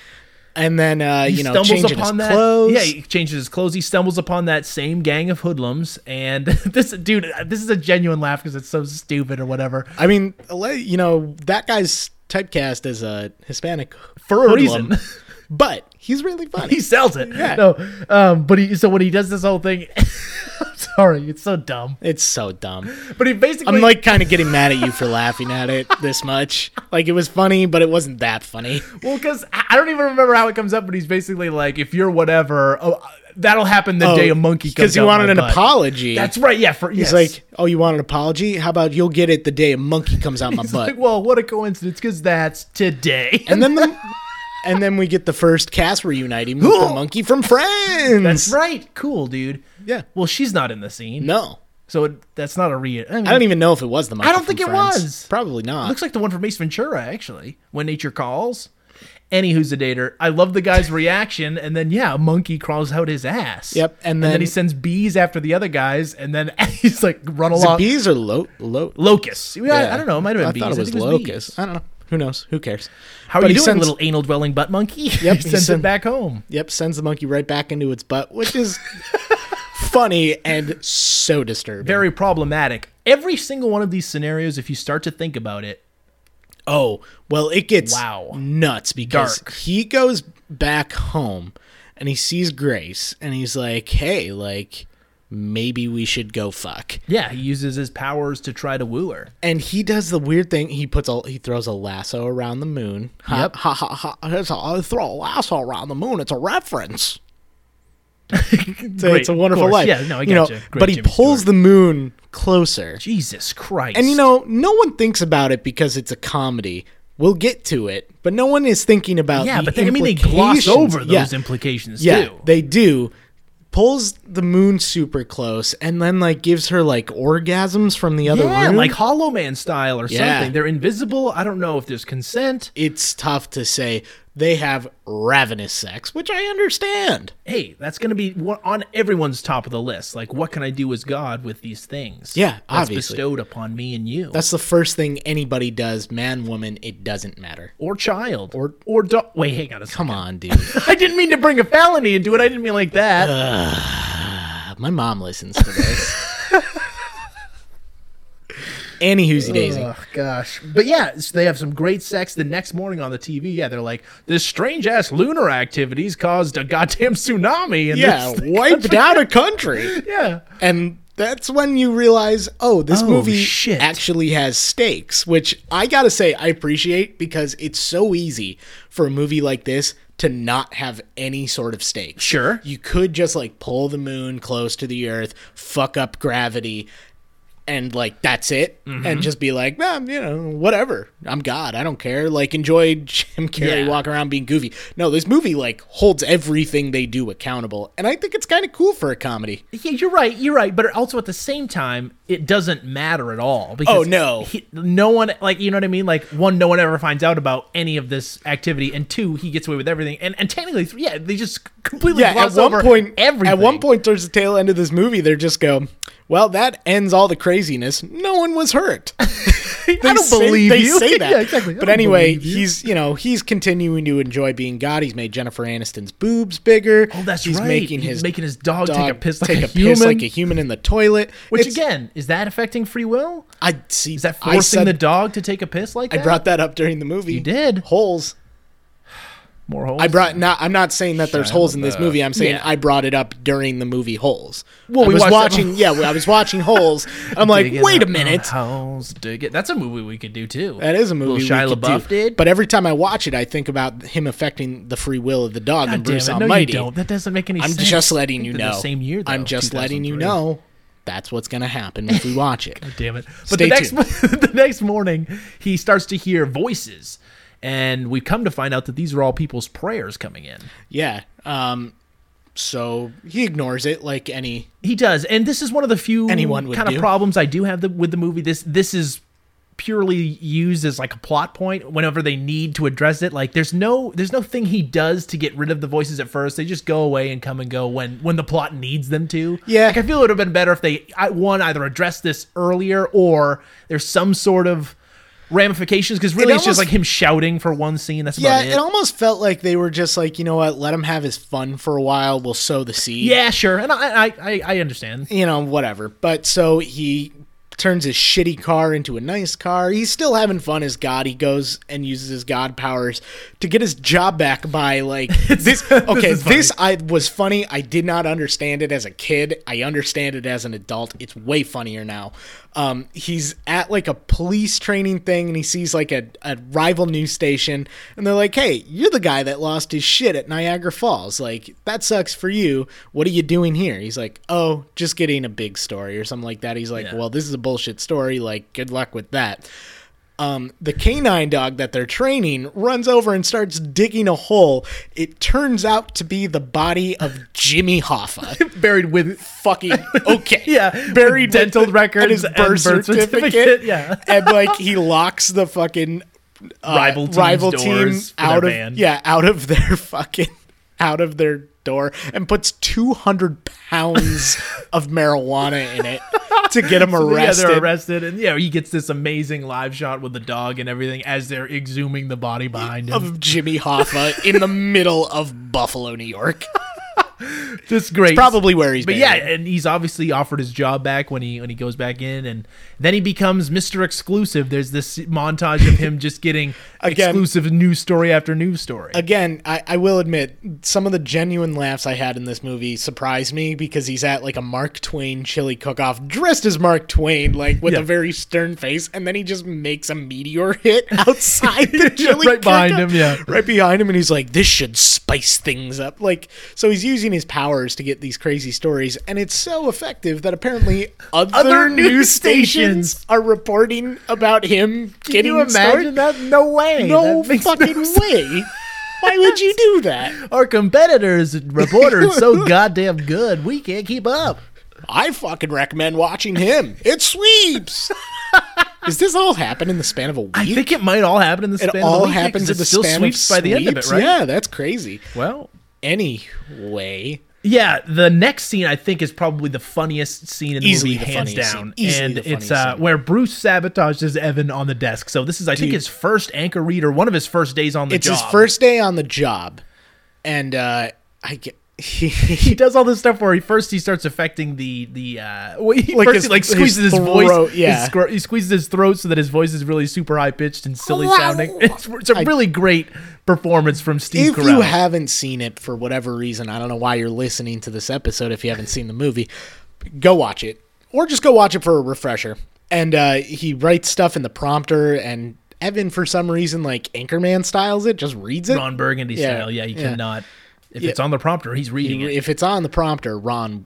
S2: And then uh,
S3: He
S2: you know, changing his
S3: that.
S2: clothes.
S3: Yeah, he changes his clothes. He stumbles upon that same gang of hoodlums, and this dude, this is a genuine laugh because it's so stupid or whatever.
S2: I mean, le- you know, that guy's typecast as a Hispanic
S3: For a
S2: hoodlum,
S3: reason.
S2: but he's really funny.
S3: He sells it.
S2: Yeah.
S3: No, um, but he so when he does this whole thing, I'm sorry, it's so dumb.
S2: it's so dumb.
S3: But he basically,
S2: I'm like kind of getting mad at you for laughing at it this much. Like it was funny, but it wasn't that funny.
S3: Well, because I I don't even remember how it comes up, but he's basically like, if you're whatever, oh, that'll happen the day a monkey comes
S2: because Oh, he
S3: out
S2: wanted
S3: my
S2: an
S3: butt.
S2: apology.
S3: That's right. Yeah. For,
S2: He's
S3: yes.
S2: like, oh, you want an apology? How about you'll get it the day a monkey comes out my
S3: He's
S2: butt?
S3: like, well, what a coincidence, because that's today.
S2: and then the, and then we get the first cast reuniting with the monkey from Friends.
S3: that's right. Cool, dude.
S2: Yeah.
S3: Well, she's not in the scene,
S2: No,
S3: so it, that's not a re. I, mean,
S2: I don't even know if it was the monkey.
S3: don't
S2: from
S3: think it
S2: Friends.
S3: was.
S2: Probably not.
S3: Looks like the one from Ace Ventura, actually. When nature calls. Any who's a dater. I love the guy's reaction, and then yeah, a monkey crawls out his ass.
S2: Yep, and then-
S3: he sends bees after the other guys, and then he's like run
S2: the
S3: along.
S2: bees are low, low.
S3: Locusts. Yeah, I- I, don't know. It might have been
S2: I
S3: bees.
S2: thought it was
S3: think
S2: locusts.
S3: bees.
S2: I don't know. Who knows? Who cares?
S3: How are
S2: But
S3: you
S2: he
S3: doing,
S2: sends-
S3: little anal dwelling butt monkey? Yep,
S2: he
S3: sends
S2: sent-
S3: it back home.
S2: Yep, sends the monkey right back into its butt, which is funny and so disturbing.
S3: Very problematic. Every single one of these scenarios, if you start to think about it,
S2: Oh, well, it gets
S3: Wow.
S2: nuts because
S3: Dark.
S2: he goes back home and he sees Grace and he's like, hey, like, maybe we should go fuck.
S3: yeah, he uses his powers to try to woo her.
S2: And he does the weird thing. He puts a, he throws a lasso around the moon. Ha,
S3: Yep.
S2: ha, ha, ha. It's a, I throw a lasso around the moon. It's a reference. It's a,
S3: Great,
S2: it's a
S3: of
S2: wonderful
S3: course.
S2: life.
S3: Yeah, no, I
S2: You know,
S3: gotcha. Great
S2: but he
S3: Jimmy
S2: pulls
S3: Stewart.
S2: the moon closer.
S3: Jesus Christ.
S2: And you know, no one thinks about it because it's a comedy. We'll get to it, but no one is thinking about
S3: yeah,
S2: the
S3: but they, I mean, they gloss
S2: implications.
S3: over those
S2: yeah.
S3: implications
S2: Yeah,
S3: too.
S2: they do. Pulls the moon super close, and then like gives her like orgasms from the other
S3: yeah,
S2: room.
S3: like Hollow Man style or
S2: Yeah.
S3: something. They're invisible. I don't know if there's consent.
S2: it's tough to say. They have ravenous sex, which I understand.
S3: Hey, that's going to be one- on everyone's top of the list. Like, what can I do as God with these things?
S2: Yeah,
S3: that's
S2: obviously.
S3: bestowed upon me and you,
S2: That's the first thing anybody does, man, woman, it doesn't matter.
S3: or child, or or do- wait, hang on a second.
S2: Come on, dude.
S3: I didn't mean to bring a felony into it. I didn't mean like
S2: Uh,
S3: that.
S2: My mom listens to this. Any who's daisy.
S3: Oh gosh, but yeah, so they have some great sex. The next morning on the TV, yeah, they're like, "This strange ass lunar activities caused a goddamn tsunami." And
S2: Yeah,
S3: this-
S2: wiped out a country.
S3: yeah.
S2: And that's when you realize, oh, this
S3: Oh,
S2: movie
S3: shit.
S2: actually has stakes, which I gotta say I appreciate because it's so easy for a movie like this to not have any sort of stakes.
S3: Sure.
S2: You could just like pull the moon close to the earth, fuck up gravity, and like that's it.
S3: Mm-hmm.
S2: And just be like, well, you know, whatever. I'm God. I don't care. Like enjoy Jim Carrey
S3: Yeah.
S2: walk around being goofy. No, this movie like holds everything they do accountable. And I think it's kinda cool for a comedy.
S3: Yeah, you're right. You're right, but also at the same time, it doesn't matter at all. Because
S2: Oh, no.
S3: he, no one like you know what I mean. Like one, no one ever finds out about any of this activity, and two, he gets away with everything. And and technically, three, yeah, they just completely
S2: yeah, at
S3: gloss
S2: one
S3: over
S2: point,
S3: everything.
S2: at one point towards the tail end of this movie, they're just go, "Well, that ends all the craziness. No one was hurt." They
S3: I don't
S2: say-
S3: believe
S2: they
S3: you.
S2: say that.
S3: Yeah, exactly. I
S2: But
S3: don't
S2: anyway,
S3: believe you.
S2: he's you know he's continuing to enjoy being God. He's made Jennifer Aniston's boobs bigger.
S3: Oh, that's
S2: he's
S3: right.
S2: Making
S3: He's
S2: his
S3: making his dog take a piss like
S2: take
S3: a
S2: piss like
S3: human.
S2: a human in the toilet.
S3: which
S2: It's-
S3: again is that affecting free will?
S2: I see.
S3: Is that
S2: I
S3: forcing
S2: said,
S3: the dog to take a piss like
S2: I
S3: that?
S2: brought that up during the movie. You
S3: did.
S2: holes.
S3: more holes.
S2: I brought not. I'm not saying that there's holes in this movie. I'm saying
S3: Yeah.
S2: I brought it up during the movie Holes.
S3: Well,
S2: I
S3: we
S2: was
S3: watched that
S2: watching.
S3: one.
S2: Yeah, I was watching Holes. I'm like,
S3: Digging
S2: wait a
S3: up
S2: minute.
S3: Holes, dig it. That's a movie we could do too.
S2: That is a movie.
S3: Little Shia
S2: we could
S3: LaBeouf
S2: do.
S3: did.
S2: But every time I watch it, I think about him affecting the free will of the dog
S3: God
S2: and
S3: damn
S2: Bruce
S3: it. No, you
S2: Almighty.
S3: don't. That doesn't make any
S2: I'm
S3: sense.
S2: just letting you
S3: They're
S2: know.
S3: The same year. Though,
S2: I'm just letting you
S3: 2003.
S2: know. That's what's gonna happen if we watch it.
S3: Damn it! But
S2: Stay
S3: the next
S2: tuned.
S3: the next morning, he starts to hear voices, and we come to find out that these are all people's prayers coming in.
S2: yeah. Um. So he ignores it like any.
S3: He does, and this is one of the few
S2: Anyone would
S3: kind of
S2: do.
S3: problems I do have the, with the movie. This this is purely used as like a plot point whenever they need to address it. Like there's no there's no thing he does to get rid of the voices at first. They just go away and come and go when when the plot needs them to.
S2: Yeah.
S3: like I feel it would have been better if they I, one either addressed this earlier or there's some sort of ramifications because really it's
S2: almost-
S3: just like him shouting for one scene. That's
S2: Yeah,
S3: about
S2: it almost felt like they were just like, you know what? Let him have his fun for a while. We'll sow the seed.
S3: yeah, sure, and I I I, I understand.
S2: you know, whatever. But so he turns his shitty car into a nice car. He's still having fun as God. He goes and uses his God powers to get his job back by like this. Okay,
S3: is
S2: this,
S3: funny.
S2: I was funny. I did not understand it as a kid. I understand it as an adult. It's way funnier now. Um, he's at like a police training thing and he sees like a, a rival news station and they're like, Hey, you're the guy that lost his shit at Niagara Falls. Like, that sucks for you. What are you doing here? He's like, Oh, just getting a big story or something like that. He's like,
S3: Yeah.
S2: Well, this is a bullshit story. Like, good luck with that. Um, the canine dog that they're training runs over and starts digging a hole. It turns out to be the body of Jimmy Hoffa.
S3: Buried with
S2: fucking okay.
S3: Yeah,
S2: Buried
S3: with dental
S2: with the-
S3: records
S2: and his
S3: and
S2: birth,
S3: birth
S2: certificate.
S3: certificate, yeah.
S2: and like he locks the fucking uh,
S3: Rival team's
S2: rival team
S3: doors for their
S2: out of
S3: van.
S2: yeah out of their fucking out of their door and puts two hundred pounds of marijuana in it to get him arrested.
S3: Yeah, they're arrested, and yeah, he gets this amazing live shot with the dog and everything as they're exhuming the body behind him.
S2: of Jimmy Hoffa in the middle of Buffalo, New York.
S3: This great,
S2: Probably where he's
S3: But
S2: been.
S3: yeah, and he's obviously offered his job back when he when he goes back in, and then he becomes Mister Exclusive. There's this montage of him just getting
S2: Again.
S3: exclusive news story after news story.
S2: Again, I, I will admit some of the genuine laughs I had in this movie surprised me because he's at like a Mark Twain chili cook-off dressed as Mark Twain, like with
S3: Yeah.
S2: a very stern face, and then he just makes a meteor hit outside the chili
S3: right behind
S2: cook-off.
S3: him, yeah.
S2: right behind him, and he's like, "This should spice things up." Like, so he's using his powers to get these crazy stories, and it's so effective that apparently other,
S3: Other
S2: news,
S3: news
S2: stations,
S3: stations.
S2: are reporting about him
S3: Can
S2: getting
S3: you
S2: started.
S3: imagine that? No way.
S2: No
S3: That makes
S2: fucking
S3: no sense.
S2: way. Why would you do that?
S3: Our competitors, reporters, so goddamn good, we can't keep up.
S2: I fucking recommend watching him. It sweeps. Does this all happen in the span of a week?
S3: I think it might all happen in the
S2: it
S3: span. of
S2: all
S3: the week, yeah, 'cause
S2: happens
S3: it
S2: in the
S3: still
S2: span
S3: sweeps
S2: of
S3: by the end of it,
S2: sweeps?
S3: right?
S2: Yeah, that's crazy.
S3: Well,
S2: Anyway,
S3: Yeah, the next scene I think is probably the funniest scene in the
S2: Easily
S3: movie,
S2: the
S3: hands
S2: funniest
S3: down,
S2: scene. Easily
S3: and
S2: the
S3: it's
S2: funniest
S3: uh,
S2: scene.
S3: where Bruce sabotages Evan on the desk. So this is, I think,
S2: Dude.
S3: his first anchor read or one of his first days on the
S2: it's
S3: job.
S2: his first day on the job, and uh, I get
S3: He does all this stuff where he first he starts affecting the the uh, well, he
S2: Like
S3: first
S2: his-
S3: he, like
S2: his
S3: squeezes his,
S2: throat,
S3: voice.
S2: yeah.
S3: his scro- he squeezes his throat so that his voice is really super high pitched and silly sounding. It's, it's a
S2: I-
S3: really great performance from Steve
S2: if
S3: Carell.
S2: you haven't seen it for whatever reason, I don't know why you're listening to this episode if you haven't seen the movie, go watch it or just go watch it for a refresher. And uh, he writes stuff in the prompter, and Evan, for some reason, like Anchorman styles it, just reads it.
S3: Ron Burgundy
S2: Yeah,
S3: style, yeah, you
S2: yeah.
S3: cannot. If
S2: Yeah.
S3: it's on the prompter, he's reading
S2: He-
S3: it.
S2: if it's on the prompter, Ron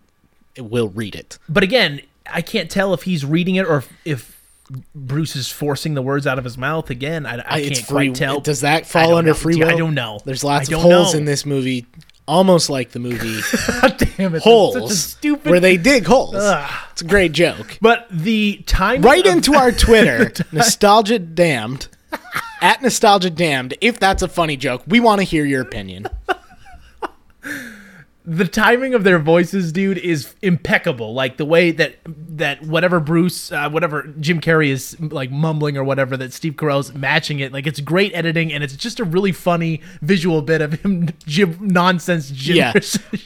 S2: will read it.
S3: But again, I can't tell if he's reading it or if, if Bruce is forcing the words out of his mouth. Again, I, I can't
S2: it's free.
S3: quite tell.
S2: Does that
S3: I
S2: fall
S3: don't
S2: under
S3: know.
S2: free
S3: Gee,
S2: will?
S3: I don't know.
S2: There's lots
S3: I
S2: of
S3: don't
S2: holes
S3: know.
S2: in this movie, almost like the movie
S3: God damn it! that's
S2: Holes,
S3: Such a stupid.
S2: where they dig holes.
S3: Ugh.
S2: It's a great joke.
S3: but the time
S2: Right into our Twitter, nostalgia damned, at nostalgia damned. If that's a funny joke, we want to hear your opinion.
S3: the timing of their voices, dude, is impeccable. Like the way that that whatever Bruce, uh, whatever Jim Carrey is like mumbling or whatever, that Steve Carell's matching it. Like it's great editing, and it's just a really funny visual bit of him Jim nonsense. Jim
S2: Yeah,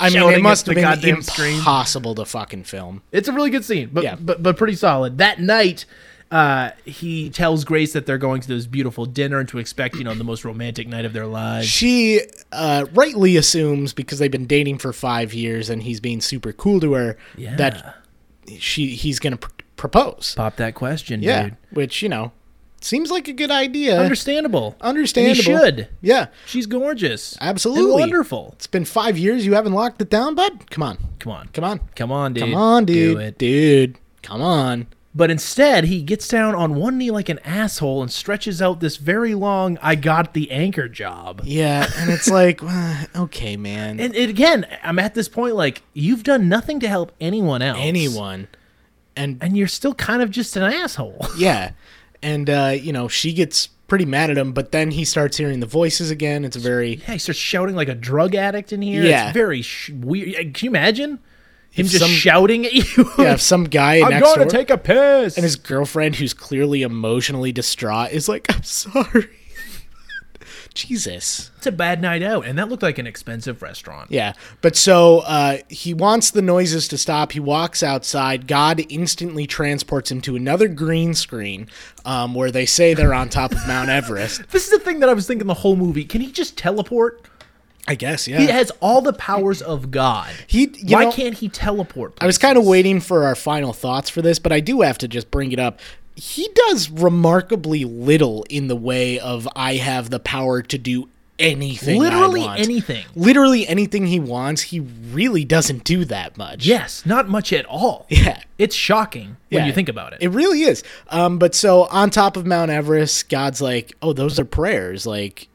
S2: I mean
S3: shouting
S2: it
S3: at
S2: must
S3: the
S2: have been
S3: goddamn screen.
S2: impossible to fucking film.
S3: It's a really good scene, but
S2: Yeah.
S3: but, but pretty solid. That night, uh, he tells Grace that they're going to this beautiful dinner and to expect you know the most romantic night of their lives.
S2: She uh, rightly assumes because they've been dating for five years and he's being super cool to her
S3: Yeah.
S2: that she he's gonna pr- propose.
S3: Pop that question,
S2: Yeah,
S3: dude.
S2: which you know seems like a good idea.
S3: Understandable.
S2: Understandable.
S3: And he should.
S2: Yeah,
S3: She's gorgeous.
S2: Absolutely.
S3: And wonderful.
S2: it's been five years. You haven't locked it down, bud. Come on,
S3: Come on.
S2: come on,
S3: Come on, dude.
S2: come on, dude,
S3: Do it.
S2: dude. Come on.
S3: But instead, he gets down on one knee like an asshole and stretches out this very long I got the anchor job.
S2: Yeah, and it's like, uh, okay, man.
S3: And it, again, I'm at this point like you've done nothing to help anyone else.
S2: Anyone, and
S3: and you're still kind of just an asshole.
S2: yeah, and uh, you know she gets pretty mad at him, but then he starts hearing the voices again. It's very
S3: Yeah, he starts shouting like a drug addict in here.
S2: Yeah.
S3: It's very sh- weird. Uh, Can you imagine him
S2: If
S3: just
S2: some-
S3: shouting at you?
S2: yeah. If some guy
S3: I'm
S2: next
S3: going
S2: door
S3: to take a piss.
S2: and his girlfriend, who's clearly emotionally distraught, is like, "I'm sorry." Jesus.
S3: it's a bad night out, and that looked like an expensive restaurant.
S2: Yeah. But so uh, he wants the noises to stop. He walks outside. God instantly transports him to another green screen um, where they say they're on top of Mount Everest.
S3: This is the thing that I was thinking the whole movie. Can he just teleport?
S2: I guess, yeah.
S3: He has all the powers of God.
S2: He- you
S3: Why
S2: know-
S3: can't he teleport?
S2: I was kind of waiting for our final thoughts for this, but I do have to just bring it up. He does remarkably little in the way of I have the power to do anything. I
S3: Literally
S2: want."
S3: anything.
S2: Literally anything he wants. He really doesn't do that much.
S3: Yes, not much at all.
S2: Yeah.
S3: It's shocking when
S2: Yeah,
S3: you think about it.
S2: It really is. Um, but so on top of Mount Everest, God's like, oh, those are prayers. Like,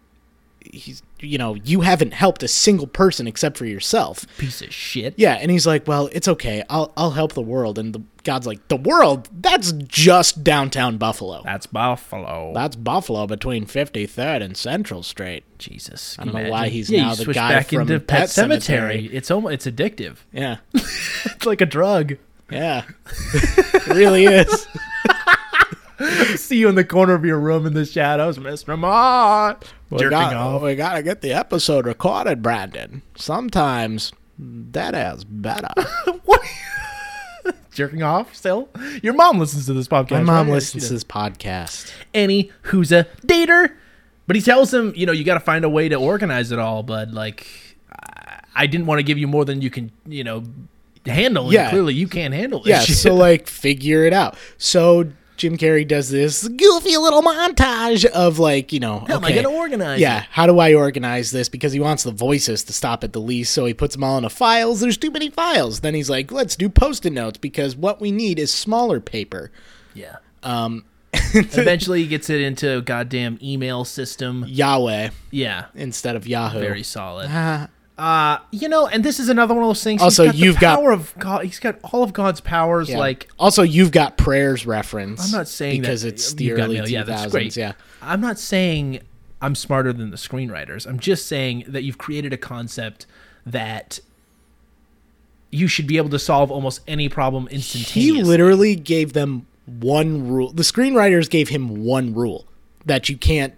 S2: he's, you know, you haven't helped a single person except for yourself.
S3: Piece of shit.
S2: Yeah, and he's like, well, it's okay. I'll I'll help the world. And the, God's like, the world? That's just downtown Buffalo.
S3: That's Buffalo.
S2: That's Buffalo between 53rd and Central Street.
S3: Jesus.
S2: don't know why he's now the
S3: switch
S2: guy
S3: back
S2: from
S3: into
S2: Pet
S3: Sematary.
S2: Sematary.
S3: It's almost it's addictive.
S2: Yeah,
S3: It's like a drug.
S2: yeah, It really is.
S3: See you in the corner of your room in the shadows, Mr. Mott.
S2: We got- We gotta get the episode recorded, Brandon. Sometimes that is better.
S3: What? jerking off still? Your mom listens to this podcast.
S2: My mom
S3: right?
S2: listens to this podcast.
S3: Any who's a dater. But he tells him, you know, you got to find a way to organize it all, but like, I- I didn't want to give you more than you can, you know, handle. and
S2: Yeah.
S3: Clearly, you can't handle this.
S2: Yeah,
S3: shit.
S2: so like figure it out. So Jim Carrey does this goofy little montage of like, you know,
S3: How am I
S2: okay,
S3: gonna organize
S2: Yeah,
S3: it?
S2: how do I organize this? Because he wants the voices to stop at the least, so he puts them all into files. There's too many files. Then he's like, let's do post-it notes because what we need is smaller paper.
S3: Yeah. Um, eventually, he gets it into a goddamn email system.
S2: Yahweh
S3: Yeah.
S2: instead of Yahoo.
S3: Very solid.
S2: Ah,
S3: Uh, you know, and this is another one of those things.
S2: Also,
S3: the
S2: you've got-
S3: power of God. He's got all of God's powers.
S2: Yeah.
S3: Like
S2: also, you've got prayers reference.
S3: I'm not saying that-
S2: because it's the
S3: you've got
S2: early
S3: mail.
S2: 2000s.
S3: Yeah, that's great.
S2: yeah.
S3: I'm not saying I'm smarter than the screenwriters. I'm just saying that you've created a concept that you should be able to solve almost any problem
S2: He
S3: instantaneously.
S2: literally gave them one rule. The screenwriters gave him one rule that you can't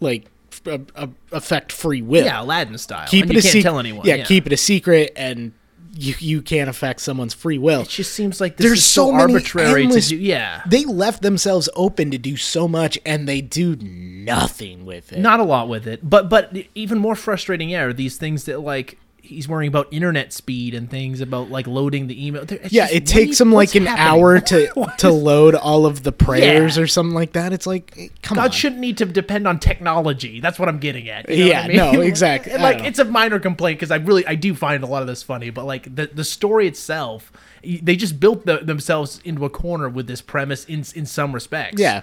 S2: like f- a- a- affect free will.
S3: yeah, Aladdin style.
S2: keep
S3: and
S2: it
S3: you
S2: a
S3: can't
S2: secret.
S3: tell anyone.
S2: Yeah, keep it a secret, and you you can't affect someone's free will.
S3: It just seems like this
S2: There's
S3: is so,
S2: so many
S3: arbitrary
S2: endless-
S3: to do. Yeah,
S2: they left themselves open to do so much, and they do nothing with it.
S3: not a lot with it but but even more frustrating yeah, are these things that like he's worrying about internet speed and things about like loading the email There- it's
S2: yeah,
S3: just,
S2: it
S3: what
S2: takes
S3: do you-
S2: them
S3: what's
S2: like an
S3: happening?
S2: hour to
S3: What
S2: to
S3: is-
S2: load all of the prayers
S3: Yeah.
S2: or something like that. It's like, eh, come on.
S3: god shouldn't need to depend on technology that's what i'm getting at you know
S2: Yeah,
S3: what I mean?
S2: no,
S3: Like,
S2: exactly.
S3: and,
S2: I
S3: like
S2: don't know.
S3: it's a minor complaint because i really i do find a lot of this funny but like the, the story itself y- they just built the, themselves into a corner with this premise in in some respects
S2: Yeah.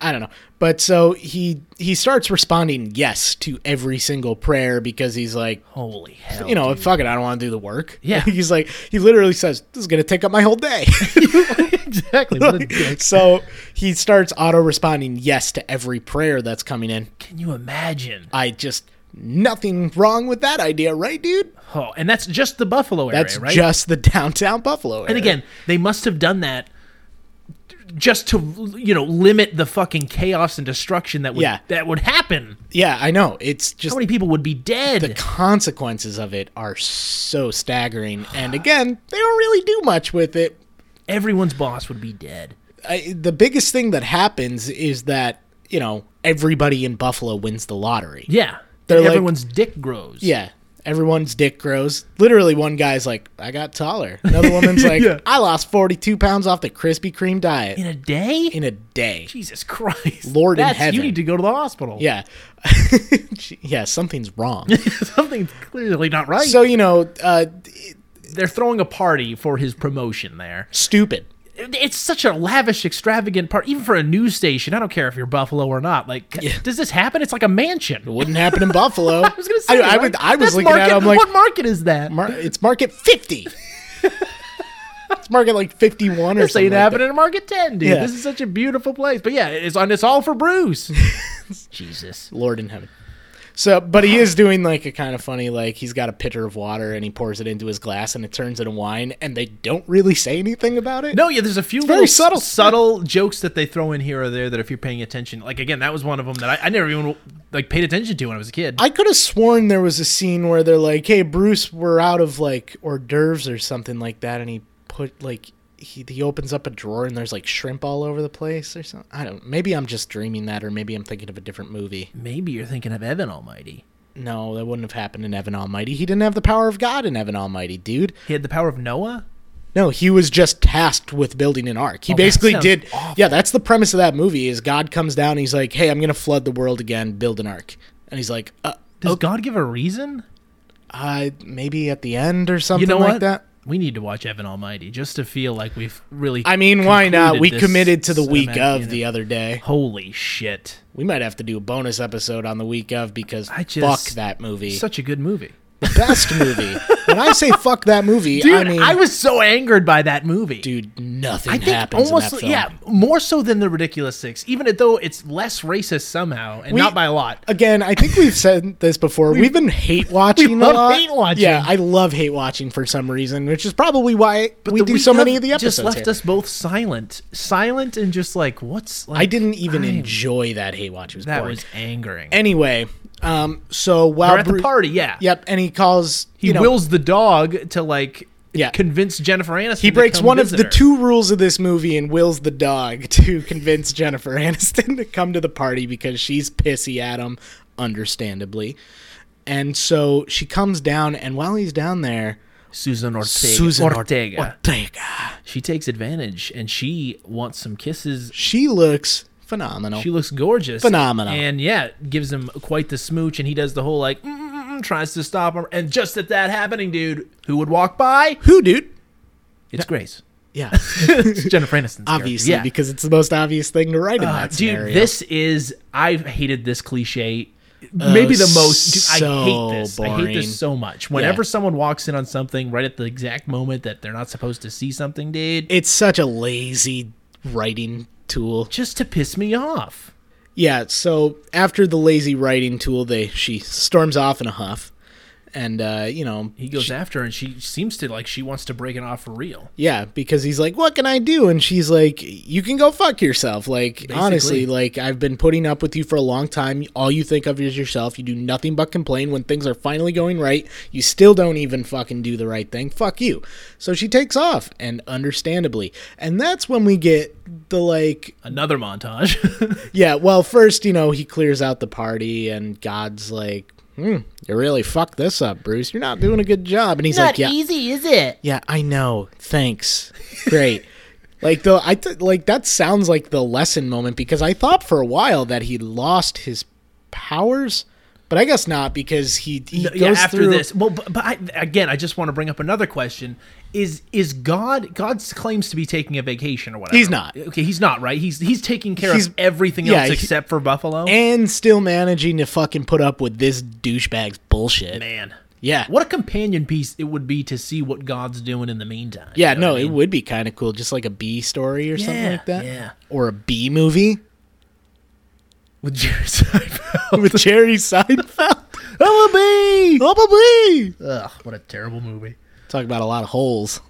S2: I don't know. But so he he starts responding yes to every single prayer because he's like,
S3: holy hell
S2: you know, fuck it, I don't want to do the work.
S3: Oh, Yeah.
S2: he's like he literally says, This is gonna take up my whole day.
S3: exactly what a dick.
S2: so he starts auto responding yes to every prayer that's coming in.
S3: can you imagine
S2: I just nothing wrong with that idea, right, dude?
S3: oh and that's just the buffalo area
S2: That's
S3: right
S2: just the downtown Buffalo area.
S3: And again, they must have done that just to you know limit the fucking chaos and destruction that would
S2: Yeah.
S3: that would happen.
S2: Yeah, I know. It's just
S3: How many people would be dead?
S2: the consequences of it are so staggering. And again, they don't really do much with it.
S3: Everyone's boss would be dead.
S2: I, the biggest thing that happens is that, you know, everybody in Buffalo wins the lottery.
S3: Yeah.
S2: They're
S3: And
S2: like-
S3: everyone's dick grows.
S2: Yeah. Everyone's dick grows. Literally, one guy's like, I got taller. Another woman's like,
S3: Yeah.
S2: I lost 42 pounds off the Krispy Kreme diet
S3: In a day?
S2: in a day.
S3: Jesus Christ.
S2: Lord in
S3: That's, You
S2: heaven.
S3: need to go to the hospital.
S2: Yeah. yeah, something's wrong.
S3: Something's clearly not right.
S2: so, you know, uh,
S3: They're throwing a party for his promotion there.
S2: stupid.
S3: It- It's such a lavish, extravagant part, even for a news station. I don't care if you're Buffalo or not. Like, does this happen? It's like a mansion.
S2: Wouldn't happen in Buffalo.
S3: I was gonna say.
S2: I,
S3: right?
S2: would, I was
S3: That's
S2: looking
S3: market,
S2: at it. I'm like,
S3: what market is that?
S2: Mar- it's market 50. it's market like 51 or
S3: They're saying
S2: something.
S3: it
S2: like
S3: happened in market ten, dude.
S2: Yeah.
S3: This is such a beautiful place. But yeah, it's on. It's all for Bruce. Jesus.
S2: that. Lord in heaven. So, but he is doing like a kind of funny, like he's got a pitcher of water and he pours it into his glass and it turns into wine and they don't really say anything about it.
S3: No, yeah. There's a few
S2: very
S3: little
S2: subtle.
S3: subtle jokes that they throw in here or there that if you're paying attention, like again, that was one of them that I, I never even like paid attention to when I was a kid.
S2: I could have sworn there was a scene where they're like, hey, Bruce, we're out of like hors d'oeuvres or something like that. And he put like, he, he opens up a drawer and there's like shrimp all over the place or something. I don't, maybe I'm just dreaming that or maybe I'm thinking of a different movie.
S3: Maybe you're thinking of Evan Almighty.
S2: No, that wouldn't have happened in Evan Almighty. He didn't have the power of God in Evan Almighty, dude.
S3: He had the power of Noah.
S2: No, he was just tasked with building an ark. He
S3: Oh, that
S2: basically
S3: sounds
S2: did.
S3: awful.
S2: Yeah, that's the premise of that movie. Is God comes down, and he's like, "Hey, I'm gonna flood the world again. Build an ark." And he's like, "Uh,
S3: Does God give a reason?
S2: uh maybe at the end or something
S3: You know
S2: like
S3: what?
S2: that."
S3: We need to watch Evan Almighty just to feel like we've really.
S2: I mean, why not?
S3: concluded
S2: We
S3: this
S2: committed to the week
S3: cinematic
S2: of
S3: unit.
S2: the other day.
S3: Holy shit.
S2: We might have to do a bonus episode on the week of because
S3: I
S2: fuck
S3: just-
S2: that movie.
S3: Such a good movie.
S2: the best movie. When I say fuck that movie,
S3: Dude,
S2: I
S3: I,
S2: mean,
S3: was so angered by that movie.
S2: dude, nothing
S3: I think
S2: happens
S3: almost,
S2: in that film.
S3: yeah, more so than The Ridiculous Six, even though it's less racist somehow, and
S2: We- uh,
S3: not by a lot.
S2: Again, I think we've said this before. We've been hate watching.
S3: love
S2: a lot.
S3: hate watching.
S2: Yeah, I love hate watching for some reason, which is probably why we
S3: The
S2: do
S3: Week
S2: so many of the episodes.
S3: Just left
S2: here.
S3: us both silent. Silent and just like, what's. Like,
S2: I didn't even
S3: I'm-
S2: enjoy that hate watch. It was
S3: That
S2: boring.
S3: was angering.
S2: anyway. Um, so while
S3: They're at the
S2: Bru-
S3: party, yeah.
S2: Yep, and he calls.
S3: He
S2: you know,
S3: wills the dog to like
S2: Yeah.
S3: convince Jennifer Aniston.
S2: He breaks one of the two
S3: two.
S2: rules of this movie and wills the dog to convince Jennifer Aniston to come to the party because she's pissy at him, understandably. And so she comes down, and while he's down there,
S3: Susan Ortega.
S2: Susan Or-
S3: Ortega.
S2: Ortega.
S3: she takes advantage and she wants some kisses.
S2: She looks phenomenal.
S3: She looks gorgeous.
S2: Phenomenal.
S3: And yeah, gives him quite the smooch and he does the whole like, mm, mm, mm, tries to stop him. And just at that happening, dude, who would walk by?
S2: Who, dude?
S3: It's Grace.
S2: Yeah,
S3: It's Jennifer Aniston.
S2: obviously,
S3: Yeah.
S2: because it's the most obvious thing to write in
S3: Uh,
S2: that
S3: dude,
S2: scenario.
S3: this is. I've hated this cliche maybe the most. Dude, I
S2: Uh, so
S3: hate this. I hate
S2: boring.
S3: this so much. Whenever someone walks in on something right at the exact moment that they're not supposed to see something, dude,
S2: It's such a lazy writing tool.
S3: just to piss me off.
S2: Yeah, so after the lazy writing tool, they she storms off in a huff, and uh, you know
S3: He goes after her, and she seems to like she wants to break it off for real.
S2: Yeah, because he's like, "What can I do?" And she's like, "You can go fuck yourself." Like, honestly, like I've been putting up with you for a long time. All you think of is yourself. You do nothing but complain when things are finally going right. You still don't even fucking do the right thing. Fuck you. So she takes off, and understandably, and that's when we get the like
S3: Another montage.
S2: yeah, well, first, you know, he clears out the party, and God's like, hmm, you really fucked this up, Bruce. You're not doing a good job. And he's like, yeah. easy, is it? Yeah, I know. Thanks. Great. like, the, I th- like that sounds like the lesson moment because I thought for a while that he lost his powers, but I guess not because he, he
S3: No,
S2: goes
S3: yeah, after
S2: through,
S3: this. Well, but, but I, again, I just want to bring up another question: Is is God? God claims to be taking a vacation or whatever.
S2: He's not.
S3: Okay, he's not right. He's he's taking care
S2: He's-
S3: of everything
S2: yeah,
S3: else
S2: he-
S3: except for Buffalo.
S2: and still managing to fucking put up with this douchebag's bullshit.
S3: Man,
S2: Yeah.
S3: what a companion piece it would be to see what God's doing in the meantime.
S2: Yeah,
S3: You know
S2: no,
S3: what I
S2: it
S3: mean?
S2: would be kind of cool, just like a B story or something
S3: Yeah,
S2: like that,
S3: yeah.
S2: or a B movie
S3: with Jerry Seinfeld.
S2: with Jerry Seinfeld.
S3: I'm a bee.
S2: I'm a bee.
S3: Ugh, what a terrible movie.
S2: Talk about a lot of holes.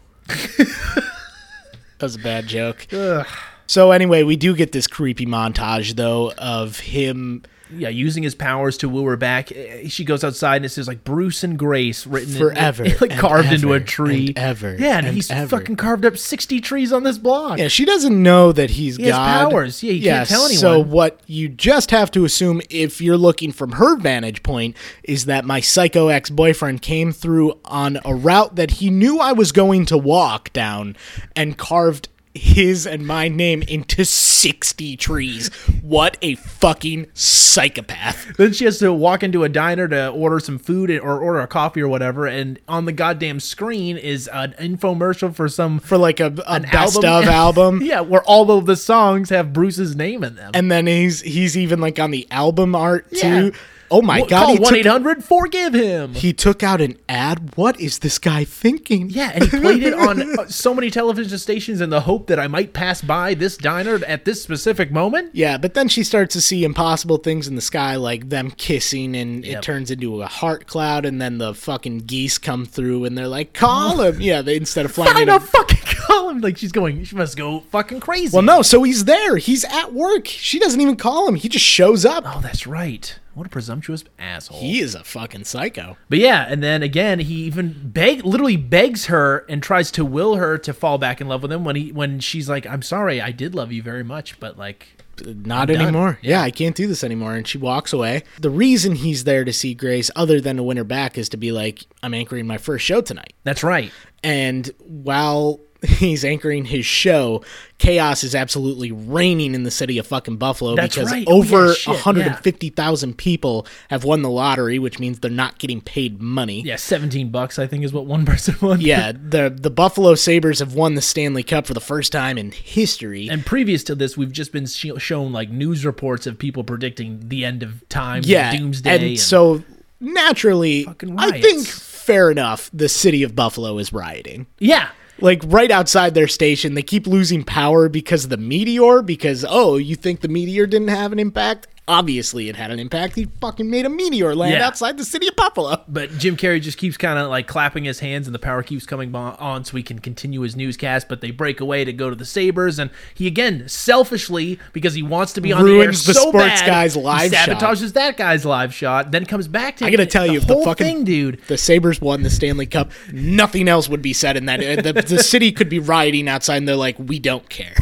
S2: That was a bad joke.
S3: Ugh.
S2: So anyway, we do get this creepy montage though of him
S3: Yeah, using his powers to woo her back. Eh, She goes outside and it says like Bruce and Grace written in-
S2: Forever
S3: like
S2: and
S3: carved
S2: ever
S3: into a
S2: and
S3: tree.
S2: ever
S3: Yeah, and,
S2: and
S3: he's
S2: ever.
S3: fucking carved up sixty trees on this block.
S2: Yeah, she doesn't know that he's
S3: has
S2: God.
S3: powers. Yeah, you
S2: yeah,
S3: can't tell
S2: So
S3: anyone.
S2: what you just have to assume, if you're looking from her vantage point, is that my psycho ex boyfriend came through on a route that he knew I was going to walk down, and carved his and my name into sixty trees. What a fucking psychopath!
S3: Then she has to walk into a diner to order some food or order a coffee or whatever, and on the goddamn screen is an infomercial for some
S2: For like a, a best
S3: album.
S2: of album.
S3: yeah, where all of the songs have Bruce's name in them.
S2: And then he's he's even like on the album art
S3: Yeah.
S2: too. Oh my god! he
S3: call
S2: took-
S3: one eight hundred forgive him.
S2: He took out an ad. What is this guy thinking?
S3: Yeah, and he played it on uh, so many television stations in the hope that I might pass by this diner at this specific moment.
S2: Yeah, but then she starts to see impossible things in the sky, like them kissing, and
S3: Yep.
S2: it turns into a heart cloud, and then the fucking geese come through, and they're like, "Call him!" Yeah, they instead of flying.
S3: I
S2: in
S3: don't
S2: a-
S3: fucking call him. Like she's going, she must go fucking crazy.
S2: well, no. So he's there. He's at work. She doesn't even call him. He just shows up.
S3: Oh, that's right. What a presumptuous asshole.
S2: He is a fucking psycho.
S3: but yeah, and then again, he even beg, literally begs her and tries to will her to fall back in love with him when he when she's like, "I'm sorry, I did love you very much, but like,
S2: Not anymore. Yeah. I can't do this anymore. And she walks away. The reason he's there to see Grace, other than to win her back, is to be like, "I'm anchoring my first show tonight."
S3: that's right."
S2: and while he's anchoring his show, chaos is absolutely reigning in the city of fucking Buffalo
S3: That's
S2: because
S3: right. Oh,
S2: over
S3: yeah, shit, yeah.
S2: 150,000 people have won the lottery, which means they're not getting paid money.
S3: Yeah, seventeen bucks I think is what one person won.
S2: Yeah, the the Buffalo Sabres have won the Stanley Cup for the first time in history.
S3: And previous to this, we've just been sh- shown like news reports of people predicting the end of time,
S2: yeah,
S3: doomsday.
S2: and, so naturally,
S3: Fucking
S2: I think
S3: riots.
S2: fair enough, the city of Buffalo is rioting.
S3: yeah,
S2: like right outside their station they keep losing power because of the meteor because oh you think the meteor didn't have an impact obviously it had an impact he fucking made a meteor land
S3: Yeah.
S2: outside the city of buffalo
S3: but Jim Carrey just keeps kind of like clapping his hands, and the power keeps coming bo- on, so he can continue his newscast. But they break away to go to the Sabers, and he again selfishly because he wants to be on
S2: Ruins
S3: the air
S2: the
S3: so
S2: sports
S3: bad,
S2: guy's
S3: he
S2: live shot.
S3: sabotages that guy's live shot, then comes back to
S2: I gotta tell
S3: the
S2: you, if the
S3: whole
S2: fucking-
S3: thing, dude.
S2: the sabres won the stanley cup nothing else would be said in that the, the city could be rioting outside and they're like we don't care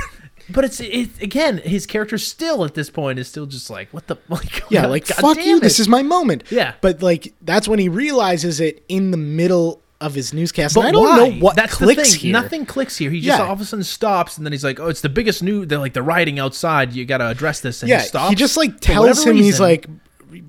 S3: But it's it again, his character still at this point is still just like what the like
S2: yeah
S3: God-
S2: like
S3: God
S2: fuck
S3: damn
S2: you
S3: it.
S2: this is my moment
S3: Yeah.
S2: but like that's when he realizes it in the middle of his newscast but
S3: But
S2: i don't
S3: why?
S2: know what
S3: That's
S2: clicks
S3: the thing.
S2: here
S3: Nothing clicks here. He just
S2: Yeah.
S3: all of a sudden stops, and then he's like, "Oh, it's the biggest new. They're like they're rioting outside. You got to address this." And
S2: yeah
S3: he stops.
S2: he just like
S3: For whatever
S2: tells him he's
S3: reason-
S2: like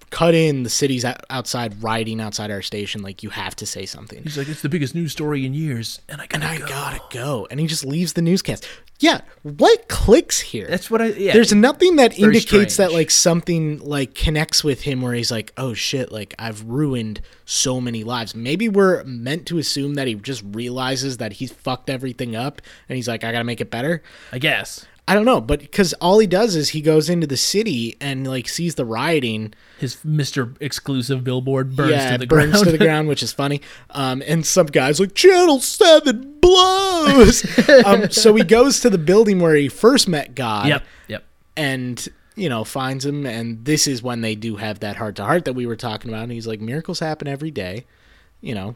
S2: cut in the cities out- outside riding outside our station like you have to say something
S3: He's like, it's the biggest news story in years, and I gotta
S2: i
S3: go.
S2: gotta go and he just leaves the newscast yeah what clicks here
S3: That's what I. Yeah,
S2: there's nothing that
S3: very
S2: indicates that
S3: strange.
S2: like something like connects with him where he's like oh shit like i've ruined so many lives maybe we're meant to assume that he just realizes that he's fucked everything up and he's like i gotta make it better
S3: I guess
S2: i don't know but because all he does is he goes into the city and like sees the rioting
S3: his Mister Exclusive billboard burns
S2: yeah,
S3: to
S2: it
S3: the
S2: burns
S3: ground.
S2: to the ground, which is funny. Um, and some guys like Channel Seven blows. um, so he goes to the building where he first met God,
S3: yep, yep.
S2: and you know finds him. And this is when they do have that heart to heart that we were talking about. And he's like, miracles happen every day, you know.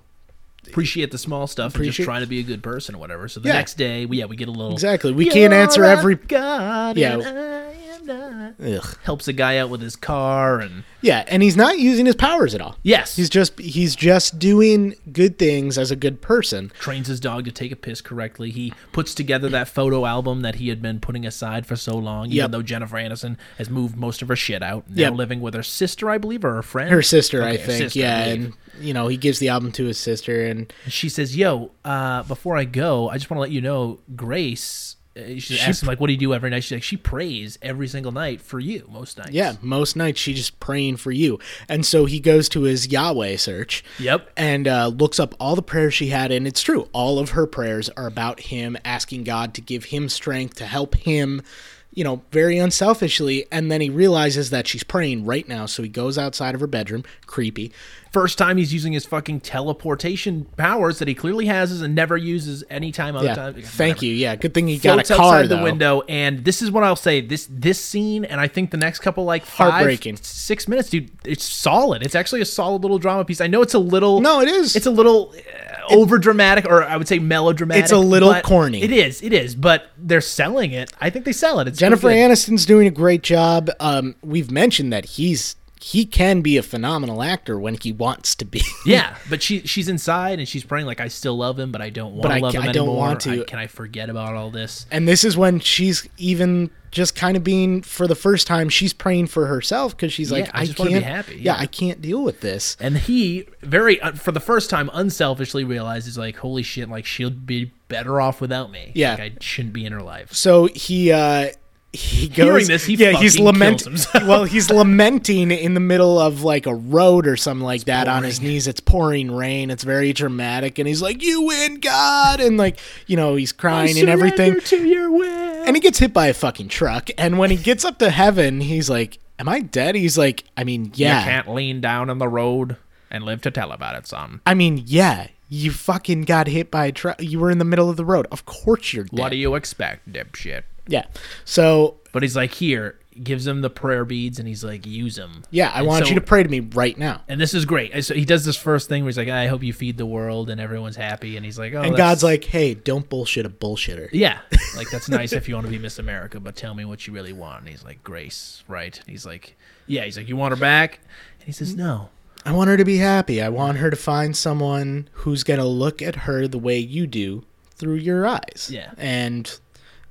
S3: Appreciate the small stuff and
S2: Appreciate-
S3: just trying to be a good person or whatever. So the
S2: Yeah.
S3: next day, we, yeah, we get a little
S2: Exactly. We can't
S3: You're
S2: answer
S3: a
S2: every.
S3: God
S2: Yeah.
S3: and I am not.
S2: Ugh.
S3: Helps a guy out with his car and
S2: Yeah, and he's not using his powers at all.
S3: yes,
S2: He's just he's just doing good things as a good person.
S3: trains his dog to take a piss correctly. He puts together that photo album that he had been putting aside for so long, even
S2: Yep.
S3: though Jennifer Aniston has moved most of her shit out. Now
S2: Yep.
S3: living with her sister, I believe, or her friend.
S2: Her sister, I
S3: Okay, her
S2: think.
S3: sister,
S2: yeah,
S3: I believe.
S2: and you know he gives the album to his sister, and
S3: And she says, "Yo, uh, before I go, I just want to let you know, Grace." Uh, she, asks him like, "What do you do every night?" She's like, "She prays every single night for you, most nights."
S2: Yeah, most nights she just praying for you. And so he goes to his Yahweh search.
S3: Yep.
S2: And uh, looks up all the prayers she had, and it's true. All of her prayers are about him asking God to give him strength to help him, you know, very unselfishly. And then he realizes that she's praying right now, so he goes outside of her bedroom. Creepy.
S3: First time he's using his fucking teleportation powers that he clearly has and never uses any time other
S2: Yeah.
S3: time.
S2: Thank you. Yeah. Good thing he got a
S3: Floats
S2: car
S3: outside the
S2: though.
S3: window, and this is what I'll say: this this scene, and I think the next couple like five,
S2: Heartbreaking.
S3: six minutes, dude. It's solid. It's actually a solid little drama piece. I know it's a little
S2: No, it is.
S3: It's a little uh, over dramatic, or I would say melodramatic.
S2: It's a little
S3: but
S2: corny.
S3: It is. It is. But they're selling it. I think they sell it. It's pretty
S2: Jennifer
S3: good.
S2: Aniston's doing a great job. Um, we've mentioned that he's he can be a phenomenal actor when he wants to be.
S3: Yeah, but she she's inside and she's praying like I still love him, but I don't want
S2: I
S3: to love
S2: ca-
S3: him
S2: I don't
S3: anymore.
S2: want to."
S3: I- can I forget about all this?
S2: And this is when she's even just kind of being for the first time she's praying for herself because she's like,
S3: Yeah, I
S2: I,
S3: just
S2: can't
S3: wanna be happy,
S2: Yeah.
S3: yeah.
S2: I can't deal with this.
S3: And he very uh, for the first time unselfishly realizes like holy shit, like she'll be better off without me.
S2: Yeah.
S3: like, I shouldn't be in her life.
S2: So he uh he goes.
S3: Hearing this, he fucking kills himself.
S2: well, he's lamenting in the middle of like a road or something like that on his knees. It's pouring rain. It's very dramatic, and he's like, "You win, God!" And like you know, he's crying and everything.
S3: Surrender to your will.
S2: and he gets hit by a fucking truck. And when he gets up to heaven, he's like, "Am I dead?" He's like, "I mean,
S3: You
S2: yeah.
S3: can't lean down on the road and live to tell about it, son.
S2: I mean, yeah. You fucking got hit by a truck. You were in the middle of the road. Of course you're dead.
S3: What do you expect, dipshit?
S2: yeah. So
S3: But he's like, here, gives him the prayer beads, and he's like, use them.
S2: yeah, I
S3: And
S2: want
S3: so-
S2: you to pray to me right now.
S3: And this is great. And So he does this first thing where he's like, I hope you feed the world, and everyone's happy. And he's like, oh,
S2: And
S3: that's-
S2: God's like, "Hey, don't bullshit a bullshitter."
S3: yeah, like that's nice if you want to be Miss America, but tell me what you really want. And he's like, Grace, right? And he's like, yeah. He's like, you want her back? And he says, no.
S2: I want her to be happy. I want her to find someone who's going to look at her the way you do through your eyes.
S3: Yeah.
S2: And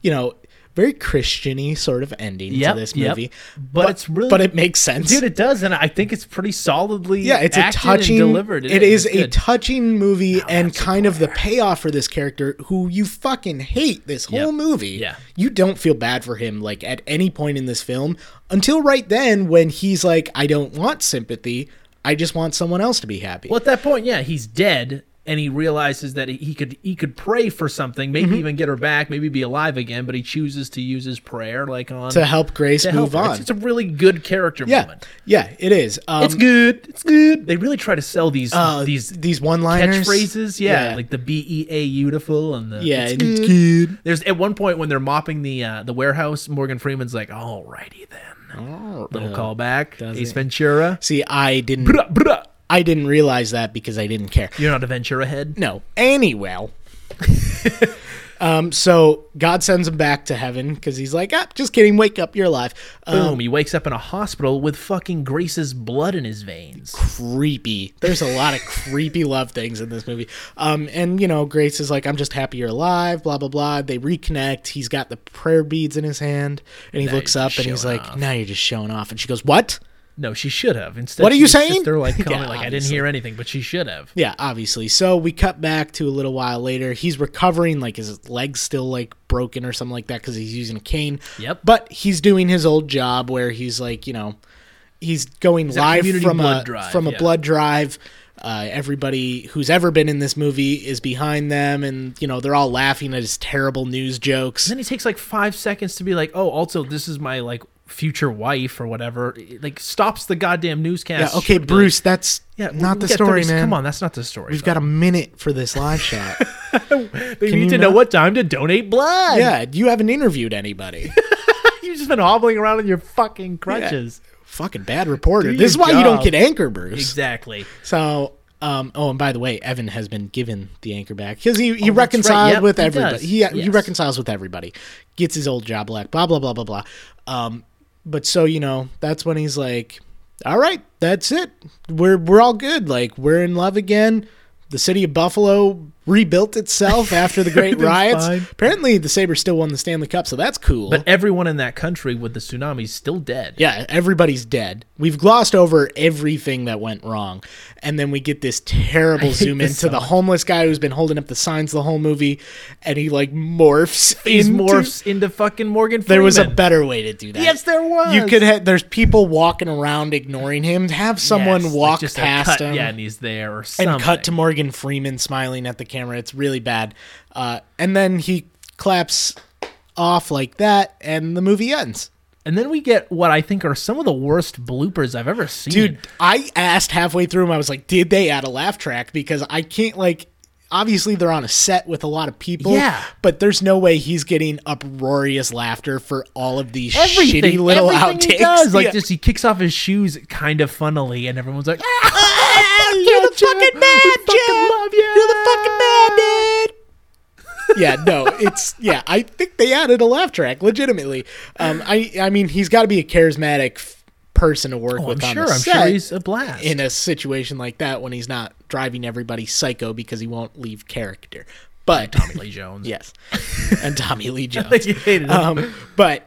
S2: you know, very Christiany sort of ending
S3: Yep,
S2: to this
S3: yep.
S2: movie.
S3: But it's really-
S2: But it makes sense.
S3: Dude, it does, and I think it's pretty solidly.
S2: yeah, it's a
S3: acted
S2: touching
S3: and delivered.
S2: it is,
S3: It's
S2: a
S3: good.
S2: touching movie and
S3: that's a
S2: kind of the payoff for this character who you fucking hate this whole
S3: Yep.
S2: movie.
S3: Yeah.
S2: You don't feel bad for him like at any point in this film until right then when he's like I don't want sympathy. I just want someone else to be happy.
S3: Well, at that point, yeah, he's dead, and he realizes that he- he could he could pray for something,
S2: Mm-hmm.
S3: maybe even get her back, maybe be alive again. But he chooses to use his prayer, like on
S2: to help Grace
S3: to
S2: move
S3: help her.
S2: on.
S3: It's, it's a really good character
S2: yeah,
S3: moment.
S2: yeah, it is. Um,
S3: It's good. It's good. They really try to sell these
S2: uh,
S3: these
S2: these these one liners,
S3: catchphrases. Yeah, like the B E A beautiful and the
S2: yeah,
S3: it's
S2: and it's
S3: good.
S2: good.
S3: There's at one point when they're mopping the uh, the warehouse, Morgan Freeman's like, "Alrighty then."
S2: Oh,
S3: Little callback. Ace Ventura.
S2: See, I didn't,
S3: Bruh, bruh.
S2: I didn't realize that because I didn't care.
S3: You're not a Ventura head.
S2: No, anyway. um, so God sends him back to heaven because he's like, ah, just kidding. Wake up, you're alive. Um,
S3: Boom, he wakes up in a hospital with fucking Grace's blood in his veins.
S2: creepy. There's a lot of creepy love things in this movie. Um, and you know, Grace is like, I'm just happy you're alive, blah blah blah. They reconnect. He's got the prayer beads in his hand, and he looks
S3: you're
S2: up and
S3: just
S2: he's
S3: showing
S2: like,
S3: off.
S2: Now you're just showing off. And she goes, What?
S3: No, she should have. Instead,
S2: What are
S3: she
S2: you
S3: just sits
S2: saying?
S3: there, like, comment,
S2: Yeah,
S3: like I didn't hear anything, but she should have.
S2: Yeah, obviously. So we cut back to a little while later. He's recovering, like his leg's still like broken or something like that because he's using a cane.
S3: Yep.
S2: But he's doing his old job where he's like, you know, he's going
S3: a
S2: live
S3: community
S2: from
S3: blood
S2: a
S3: drive,
S2: from a
S3: yeah.
S2: blood drive. Uh, everybody who's ever been in this movie is behind them, and you know they're all laughing at his terrible news jokes.
S3: And then he takes like five seconds to be like, "Oh, also, this is my like future wife or whatever." It, like stops the goddamn
S2: Yeah,
S3: newscast.
S2: okay,
S3: Be like,
S2: Bruce, that's
S3: Yeah, we-
S2: not
S3: we
S2: the
S3: got
S2: story,
S3: 30
S2: man.
S3: Come on, that's not the story.
S2: We've got a minute for this live shot.
S3: You
S2: you
S3: need to know
S2: not-
S3: what time to donate blood.
S2: yeah, you haven't interviewed anybody.
S3: you've just been hobbling around on your fucking crutches.
S2: Fucking bad reporter.
S3: Do
S2: This is
S3: your
S2: why you don't
S3: job.
S2: get anchor, Bruce.
S3: Exactly.
S2: So, um, oh, and by the way, Evan has been given the anchor back because he, he
S3: Oh, right.
S2: reconciled
S3: Yep,
S2: with
S3: he
S2: everybody.
S3: does.
S2: He, he
S3: Yes.
S2: reconciles with everybody, gets his old job back, blah, blah, blah, blah, blah. Um, but so, you know, that's when he's like, all right, that's it. We're, we're all good. Like, we're in love again. The city of Buffalo rebuilt itself after the Great
S3: Everything's
S2: Riots.
S3: fine.
S2: Apparently, the Sabres still won the Stanley Cup, so that's cool.
S3: But everyone in that country with the tsunami's still dead.
S2: Yeah, everybody's dead. We've glossed over everything that went wrong. And then we get this terrible zoom
S3: this
S2: into the
S3: song.
S2: homeless guy who's been holding up the signs the whole movie and he like morphs
S3: He's
S2: into-
S3: morphs into fucking Morgan Freeman.
S2: There was a better way to do that.
S3: Yes, there was.
S2: You could have there's people walking around ignoring him. Have someone
S3: Yes, like
S2: walk
S3: just a
S2: past
S3: cut,
S2: him
S3: Yeah, and he's there or something.
S2: and cut to Morgan Freeman smiling at the camera. It's really bad. Uh, and then he claps off like that and the movie ends.
S3: And then we get what I think are some of the worst bloopers I've ever seen.
S2: Dude, I asked halfway through him, I was like, did they add a laugh track? Because I can't, like, obviously they're on a set with a lot of people.
S3: Yeah.
S2: But there's no way he's getting uproarious laughter for all of these
S3: everything,
S2: shitty little
S3: everything
S2: outtakes.
S3: he does, like
S2: Yeah.
S3: just he kicks off his shoes kind of funnily, and everyone's like, "Ah,
S2: Ah, you're the
S3: Jeff,
S2: fucking
S3: we
S2: man,
S3: fucking
S2: Jeff!
S3: love
S2: You're the fucking man, dude! yeah, no, it's yeah. I think they added a laugh track, legitimately. Um, I I mean, he's got to be a charismatic f- person to work
S3: "Oh, I'm
S2: with. on
S3: sure,
S2: the
S3: I'm
S2: set.
S3: sure he's a blast."
S2: in a situation like that when he's not driving everybody psycho because he won't leave character. But
S3: Tommy Lee Jones.
S2: yes, and Tommy Lee Jones.
S3: You hated him.
S2: Um, but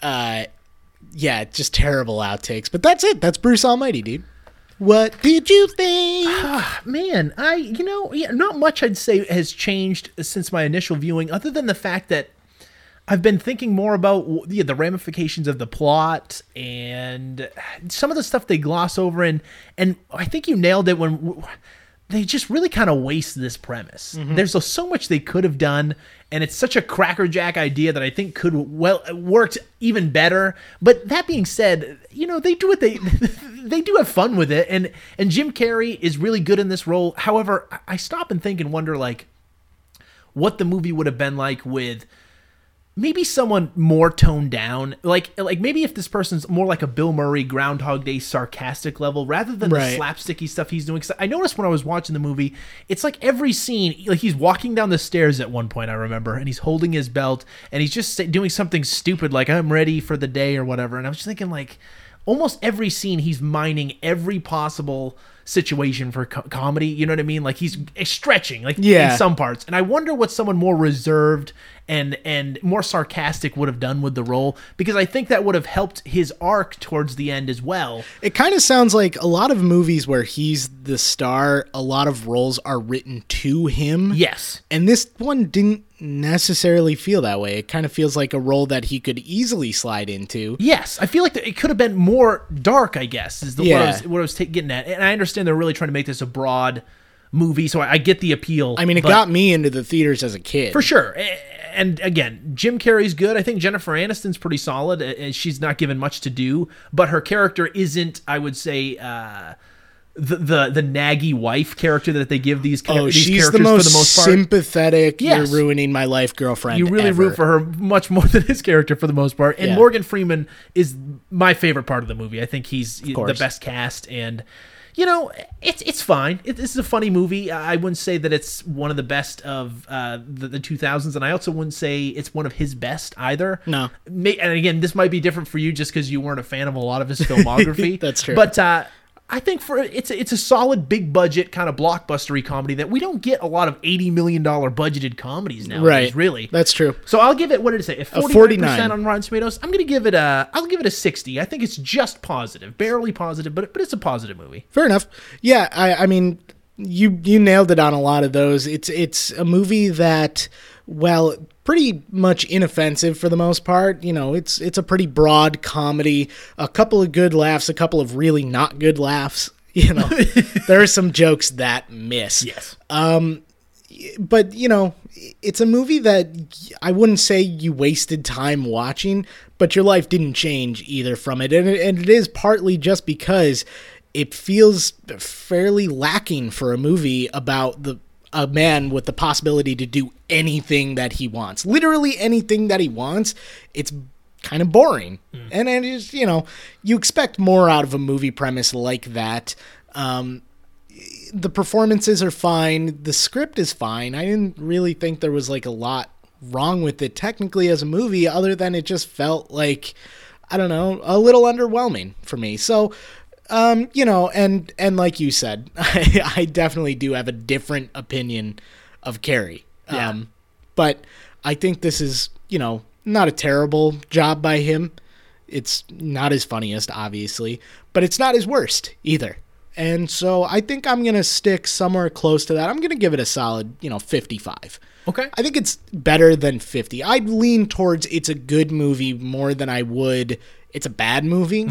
S2: uh, yeah, just terrible outtakes. But that's it. That's Bruce Almighty, dude. What did you think?
S3: Man, I you know yeah, not much I'd say has changed since my initial viewing, other than the fact that I've been thinking more about w- yeah, the ramifications of the plot and some of the stuff they gloss over, and and I think you nailed it when w- they just really kind of waste this premise. There's so much they could have done, and it's such a crackerjack idea that I think could well worked even better. But that being said, you know they do what they they do have fun with it, and and Jim Carrey is really good in this role. However, I- I stop and think and wonder like what the movie would have been like with maybe someone more toned down like like maybe if this person's more like a bill murray groundhog day sarcastic level rather than
S2: Right.
S3: the slapsticky stuff he's doing 'Cause i noticed when i was watching the movie it's like every scene like he's walking down the stairs at one point i remember and he's holding his belt and he's just sa- doing something stupid like i'm ready for the day or whatever and i was just thinking like almost every scene he's mining every possible situation for co- comedy you know what i mean like he's stretching like
S2: Yeah.
S3: in some parts and i wonder what someone more reserved and and more sarcastic would have done with the role because i think that would have helped his arc towards the end as well
S2: It kind of sounds like a lot of movies where he's the star. A lot of roles are written to him.
S3: yes
S2: And this one didn't necessarily feel that way. It kind of feels like a role that he could easily slide into.
S3: Yes, I feel like that it could have been more dark. I guess is the, what I
S2: Yeah.
S3: was, what I was ta- getting at, and I understand they're really trying to make this a broad movie, so I, I get the appeal.
S2: I mean, it
S3: but-
S2: got me into the theaters as a kid.
S3: for sure. A- And again, Jim Carrey's good. I think Jennifer Aniston's pretty solid. uh, and She's not given much to do, but her character isn't, I would say, uh, the, the the naggy wife character that they give these, char-
S2: Oh,
S3: these
S2: she's
S3: characters
S2: the most,
S3: for the most part.
S2: sympathetic.
S3: Yes.
S2: You're ruining my life, girlfriend.
S3: you really
S2: ever.
S3: root for her much more than his character for the most part. And
S2: Yeah.
S3: Morgan Freeman is my favorite part of the movie. I think he's the
S2: course.
S3: best cast, and you know, it's it's fine. It, this is a funny movie. I wouldn't say that it's one of the best of uh, the, the 2000s, and I also wouldn't say it's one of his best either.
S2: No.
S3: May, and again, this might be different for you just because you weren't a fan of a lot of his filmography.
S2: That's true.
S3: But uh, I think for it's a- it's a solid big budget kind of blockbustery comedy that we don't get a lot of eighty million dollar budgeted comedies now.
S2: Right.
S3: Really.
S2: That's true.
S3: so I'll give it what did it say? If 49
S2: 49.
S3: percent on Rotten Tomatoes, I'm gonna give it a I'll give it a sixty. I think it's just positive, barely positive, but but it's a positive movie.
S2: Fair enough. Yeah, I, I mean, you you nailed it on a lot of those. It's it's a movie that, well, pretty much inoffensive for the most part. You know, it's it's a pretty broad comedy. A couple of good laughs, a couple of really not good laughs. You know, there are some jokes that miss
S3: Yes.
S2: but you know it's a movie that i wouldn't say you wasted time watching but your life didn't change either from it and it, and it is partly just because it feels fairly lacking for a movie about the a man with the possibility to do anything that he wants literally anything that he wants it's kind of boring and and it's you know you expect more out of a movie premise like that um the performances are fine. The script is fine. I didn't really think there was like a lot wrong with it technically as a movie, other than it just felt like I don't know a little underwhelming for me. So, um, you know, and and like you said, I, I definitely do have a different opinion of Carrie.
S3: Yeah.
S2: Um, but I think this is you know not a terrible job by him. It's not his funniest, obviously, but it's not his worst either. And so I think I'm going to stick somewhere close to that. I'm going to give it a solid, you know, 55.
S3: Okay.
S2: I think it's better than 50. I'd lean towards it's a good movie more than I would it's a bad movie.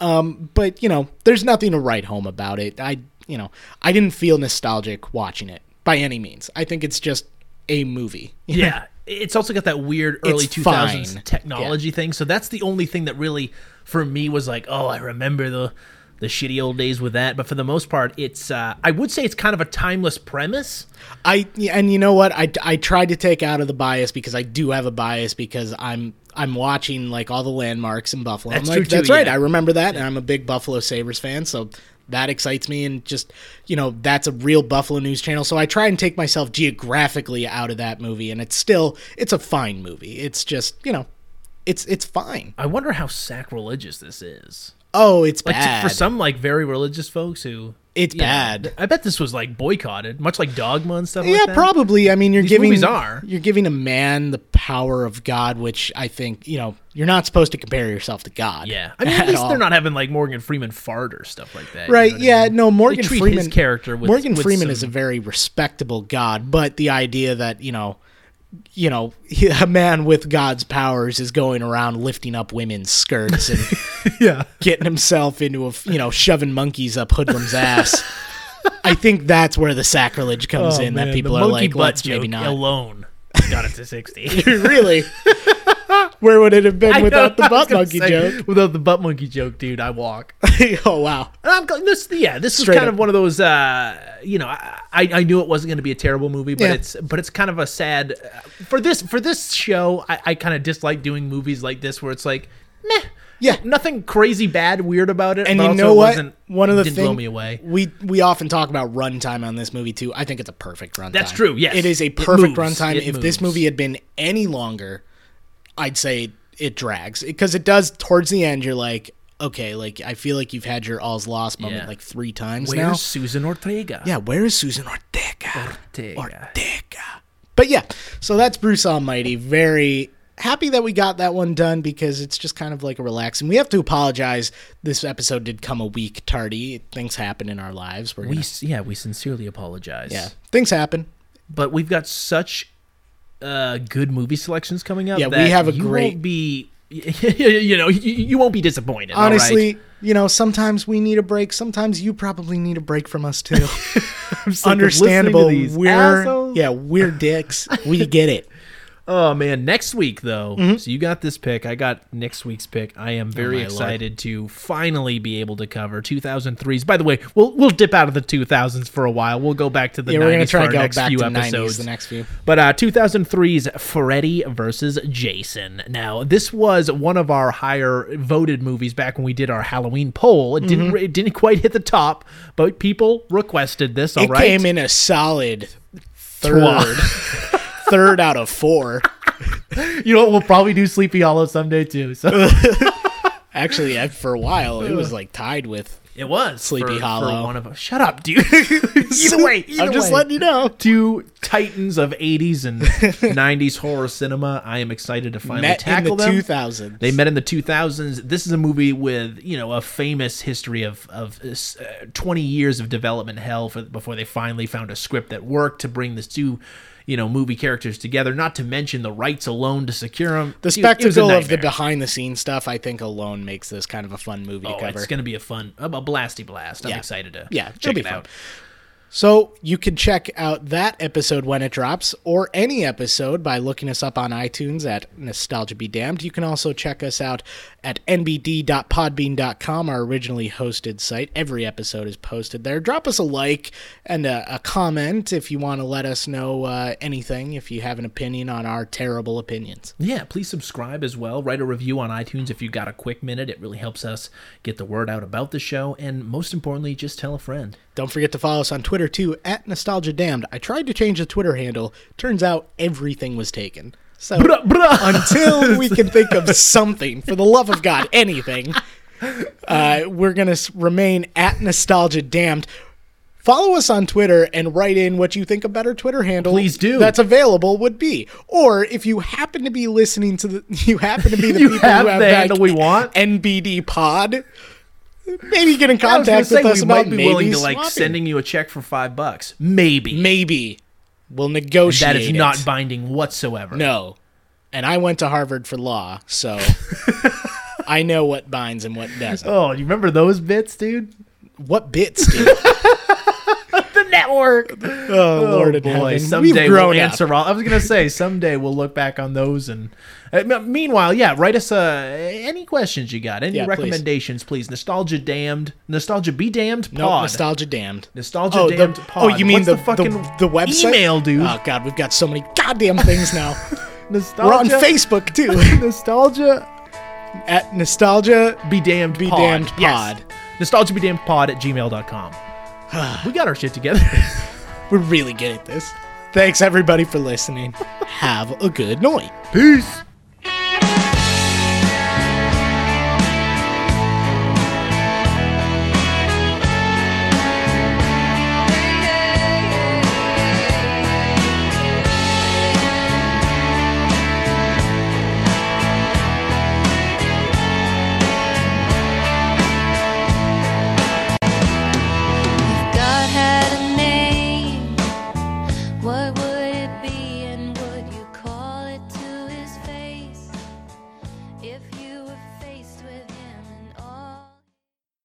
S2: Um, but, you know, there's nothing to write home about it. I, you know, I didn't feel nostalgic watching it by any means. I think it's just a movie.
S3: Yeah. It's also got that weird early
S2: It's
S3: two thousands
S2: fine.
S3: technology thing. So that's the only thing that really for me was like, oh, I remember the the shitty old days with that. But for the most part, it's uh, I would say it's kind of a timeless premise.
S2: I yeah, and you know what I I tried to take out of the bias because I do have a bias because I'm I'm watching like all the landmarks in Buffalo.
S3: That's
S2: I'm like
S3: true, too,
S2: that's right.
S3: yeah.
S2: I remember that and I'm a big Buffalo Sabres fan, so that excites me and just you know that's a real Buffalo news channel. So I try and take myself geographically out of that movie and it's still it's a fine movie. It's just, you know, it's it's fine.
S3: I wonder how sacrilegious this is.
S2: Oh, it's
S3: Like
S2: bad.
S3: to- for some like very religious folks who
S2: it's
S3: you know,
S2: bad.
S3: I bet this was like boycotted, much like dogma and stuff.
S2: yeah,
S3: like that.
S2: probably. I mean, you're
S3: These
S2: giving
S3: movies are.
S2: you're giving a man the power of God, which I think you know you're not supposed to compare yourself to God.
S3: Yeah, I mean, at least
S2: all.
S3: they're not having like Morgan Freeman fart or stuff like that. you
S2: Right?
S3: know what I
S2: yeah.
S3: mean?
S2: No, Morgan
S3: treat
S2: Freeman
S3: his character with-
S2: Morgan
S3: with
S2: Freeman
S3: some-
S2: is a very respectable God, but the idea that you know, you know, a man with God's powers is going around lifting up women's skirts and
S3: yeah.
S2: getting himself into a you know shoving monkeys up hoodlum's ass. I think that's where the sacrilege comes
S3: Oh,
S2: in that people are like, let's maybe not.
S3: alone got it to 60
S2: really? Where would it have been without the butt monkey joke?
S3: without the butt monkey joke dude i walk
S2: oh wow!
S3: and i'm going this yeah this is
S2: Straight
S3: kind
S2: up.
S3: of one of those uh you know i i I knew it wasn't going to be a terrible movie but
S2: Yeah.
S3: it's but it's kind of a sad uh, for this for this show i, I kind of dislike doing movies like this where it's like meh
S2: Yeah.
S3: nothing crazy bad weird about it
S2: And
S3: but
S2: you
S3: also
S2: know
S3: it
S2: what?
S3: wasn't,
S2: One of the
S3: didn't
S2: thing-
S3: blow me away
S2: We we often talk about runtime on this movie too. I think it's a perfect runtime.
S3: That's true, yes.
S2: it is a
S3: It
S2: perfect
S3: moves.
S2: runtime.
S3: It
S2: if this
S3: moves.
S2: movie had been any longer, I'd say it drags because it does towards the end. You're like, okay, like I feel like you've had your all's lost moment
S3: Yeah.
S2: like three times
S3: where's
S2: now.
S3: susan ortega
S2: Yeah, where is Susan Ortega?
S3: Ortega.
S2: Ortega. But yeah, so that's Bruce Almighty. Very happy that we got that one done because it's just kind of like a relaxing. We have to apologize. This episode did come a week tardy. Things happen in our lives. We're
S3: we
S2: gonna,
S3: s- yeah we sincerely apologize
S2: yeah, things happen.
S3: but we've got such uh, good movie selections coming up.
S2: Yeah, we
S3: that
S2: have a
S3: you
S2: great-
S3: Won't be you know you, you won't be disappointed. all right?
S2: Honestly, you know, sometimes we need a break. Sometimes you probably need a break from us too.
S3: of
S2: Understandable.
S3: listening to these
S2: we're
S3: assholes.
S2: yeah, we're dicks. We get it.
S3: Oh man, next week though. So you got this pick. I got next week's pick. I am very
S2: Mm-hmm. Oh, my
S3: excited to finally be able to cover 2003s. By the way, we'll we'll dip out of the 2000s for a while. We'll go back to the
S2: Yeah,
S3: 90s
S2: we're gonna try
S3: for
S2: to
S3: our
S2: go
S3: next
S2: back
S3: few
S2: to
S3: episodes.
S2: nineties the next few.
S3: But uh, 2003's Freddy versus Jason. Now, this was one of our higher voted movies back when we did our Halloween poll. It
S2: Mm-hmm.
S3: didn't it didn't quite hit the top, but people requested this. All
S2: It
S3: right,
S2: came in a solid third,
S3: Twelve.
S2: third out of four.
S3: You know what? We'll probably do Sleepy Hollow someday too. So
S2: Actually, I- for a while, it was like tied with
S3: It was
S2: Sleepy
S3: for- for
S2: Hollow.
S3: one of us. Shut up, dude. either way,
S2: I'm just letting you know.
S3: Two titans of 80s and 90s horror cinema. I am excited to finally
S2: Met in
S3: tackle
S2: the
S3: them.
S2: 2000s.
S3: They met in the 2000s. This is a movie with you know a famous history of of uh, 20 years of development hell for, before they finally found a script that worked to bring the two you know movie characters together. Not to mention the rights alone to secure them.
S2: the spectacle of the behind the scenes stuff, I think, alone makes this kind of a fun movie to
S3: Oh,
S2: cover.
S3: it's going to be a fun, a, a blasty blast. I'm
S2: Yeah.
S3: excited to
S2: Yeah, it'll
S3: check
S2: be
S3: it
S2: fun.
S3: out.
S2: So you can check out that episode when it drops, or any episode by looking us up on iTunes at Nostalgia Be Damned. You can also check us out at nbd.podbean.com, our originally hosted site. Every episode is posted there. Drop us a like and a, a comment if you want to let us know uh, anything, if you have an opinion on our terrible opinions.
S3: Yeah, please subscribe as well. Write a review on iTunes if you got a quick minute. It really helps us get the word out about the show, and most importantly, just tell a friend.
S2: Don't forget to follow us on Twitter too at Nostalgia Damned. I tried to change the Twitter handle. Turns out everything was taken. So
S3: Bruh, bruh.
S2: until we can think of something, for the love of God, anything, uh, we're going to remain at Nostalgia Damned. Follow us on Twitter and write in what you think a better Twitter handle
S3: Please do.
S2: that's available would be. Or if you happen to be listening to the, you happen to be the
S3: You
S2: people
S3: have
S2: who have
S3: the
S2: like,
S3: handle we want?
S2: NBD Pod. Maybe get in
S3: I was gonna
S2: contact
S3: say
S2: with us
S3: we
S2: about
S3: might be
S2: maybe
S3: willing to like
S2: swapping.
S3: sending you a check for five bucks. Maybe
S2: Maybe we'll negotiate.
S3: that is
S2: it.
S3: not binding whatsoever.
S2: No. And I went to Harvard for law, so I know what binds and what doesn't.
S3: Oh, you remember those bits, dude?
S2: What bits, dude?
S3: The network.
S2: Oh, Lord in
S3: boy,
S2: heaven.
S3: someday
S2: We've grown
S3: we'll
S2: up.
S3: answer all. I was gonna say someday we'll look back on those and. Uh, m- meanwhile, yeah, write us uh, any questions you got, any
S2: Yeah, please.
S3: recommendations, please. Nostalgia damned, nostalgia be damned.
S2: Nope,
S3: pod.
S2: nostalgia damned.
S3: Nostalgia
S2: oh,
S3: damned
S2: the,
S3: pod.
S2: Oh, you mean
S3: What's
S2: the,
S3: the fucking
S2: the, the website?
S3: email, dude?
S2: Oh, God, we've got so many goddamn things now.
S3: nostalgia,
S2: We're on Facebook, too,
S3: Nostalgia
S2: at nostalgia.
S3: be damned.
S2: Be
S3: pod.
S2: damned
S3: Yes.
S2: pod.
S3: Nostalgia be damned pod at gmail.com. we got our shit together.
S2: We're really good at this. Thanks, everybody, for listening. Have a good night.
S3: Peace.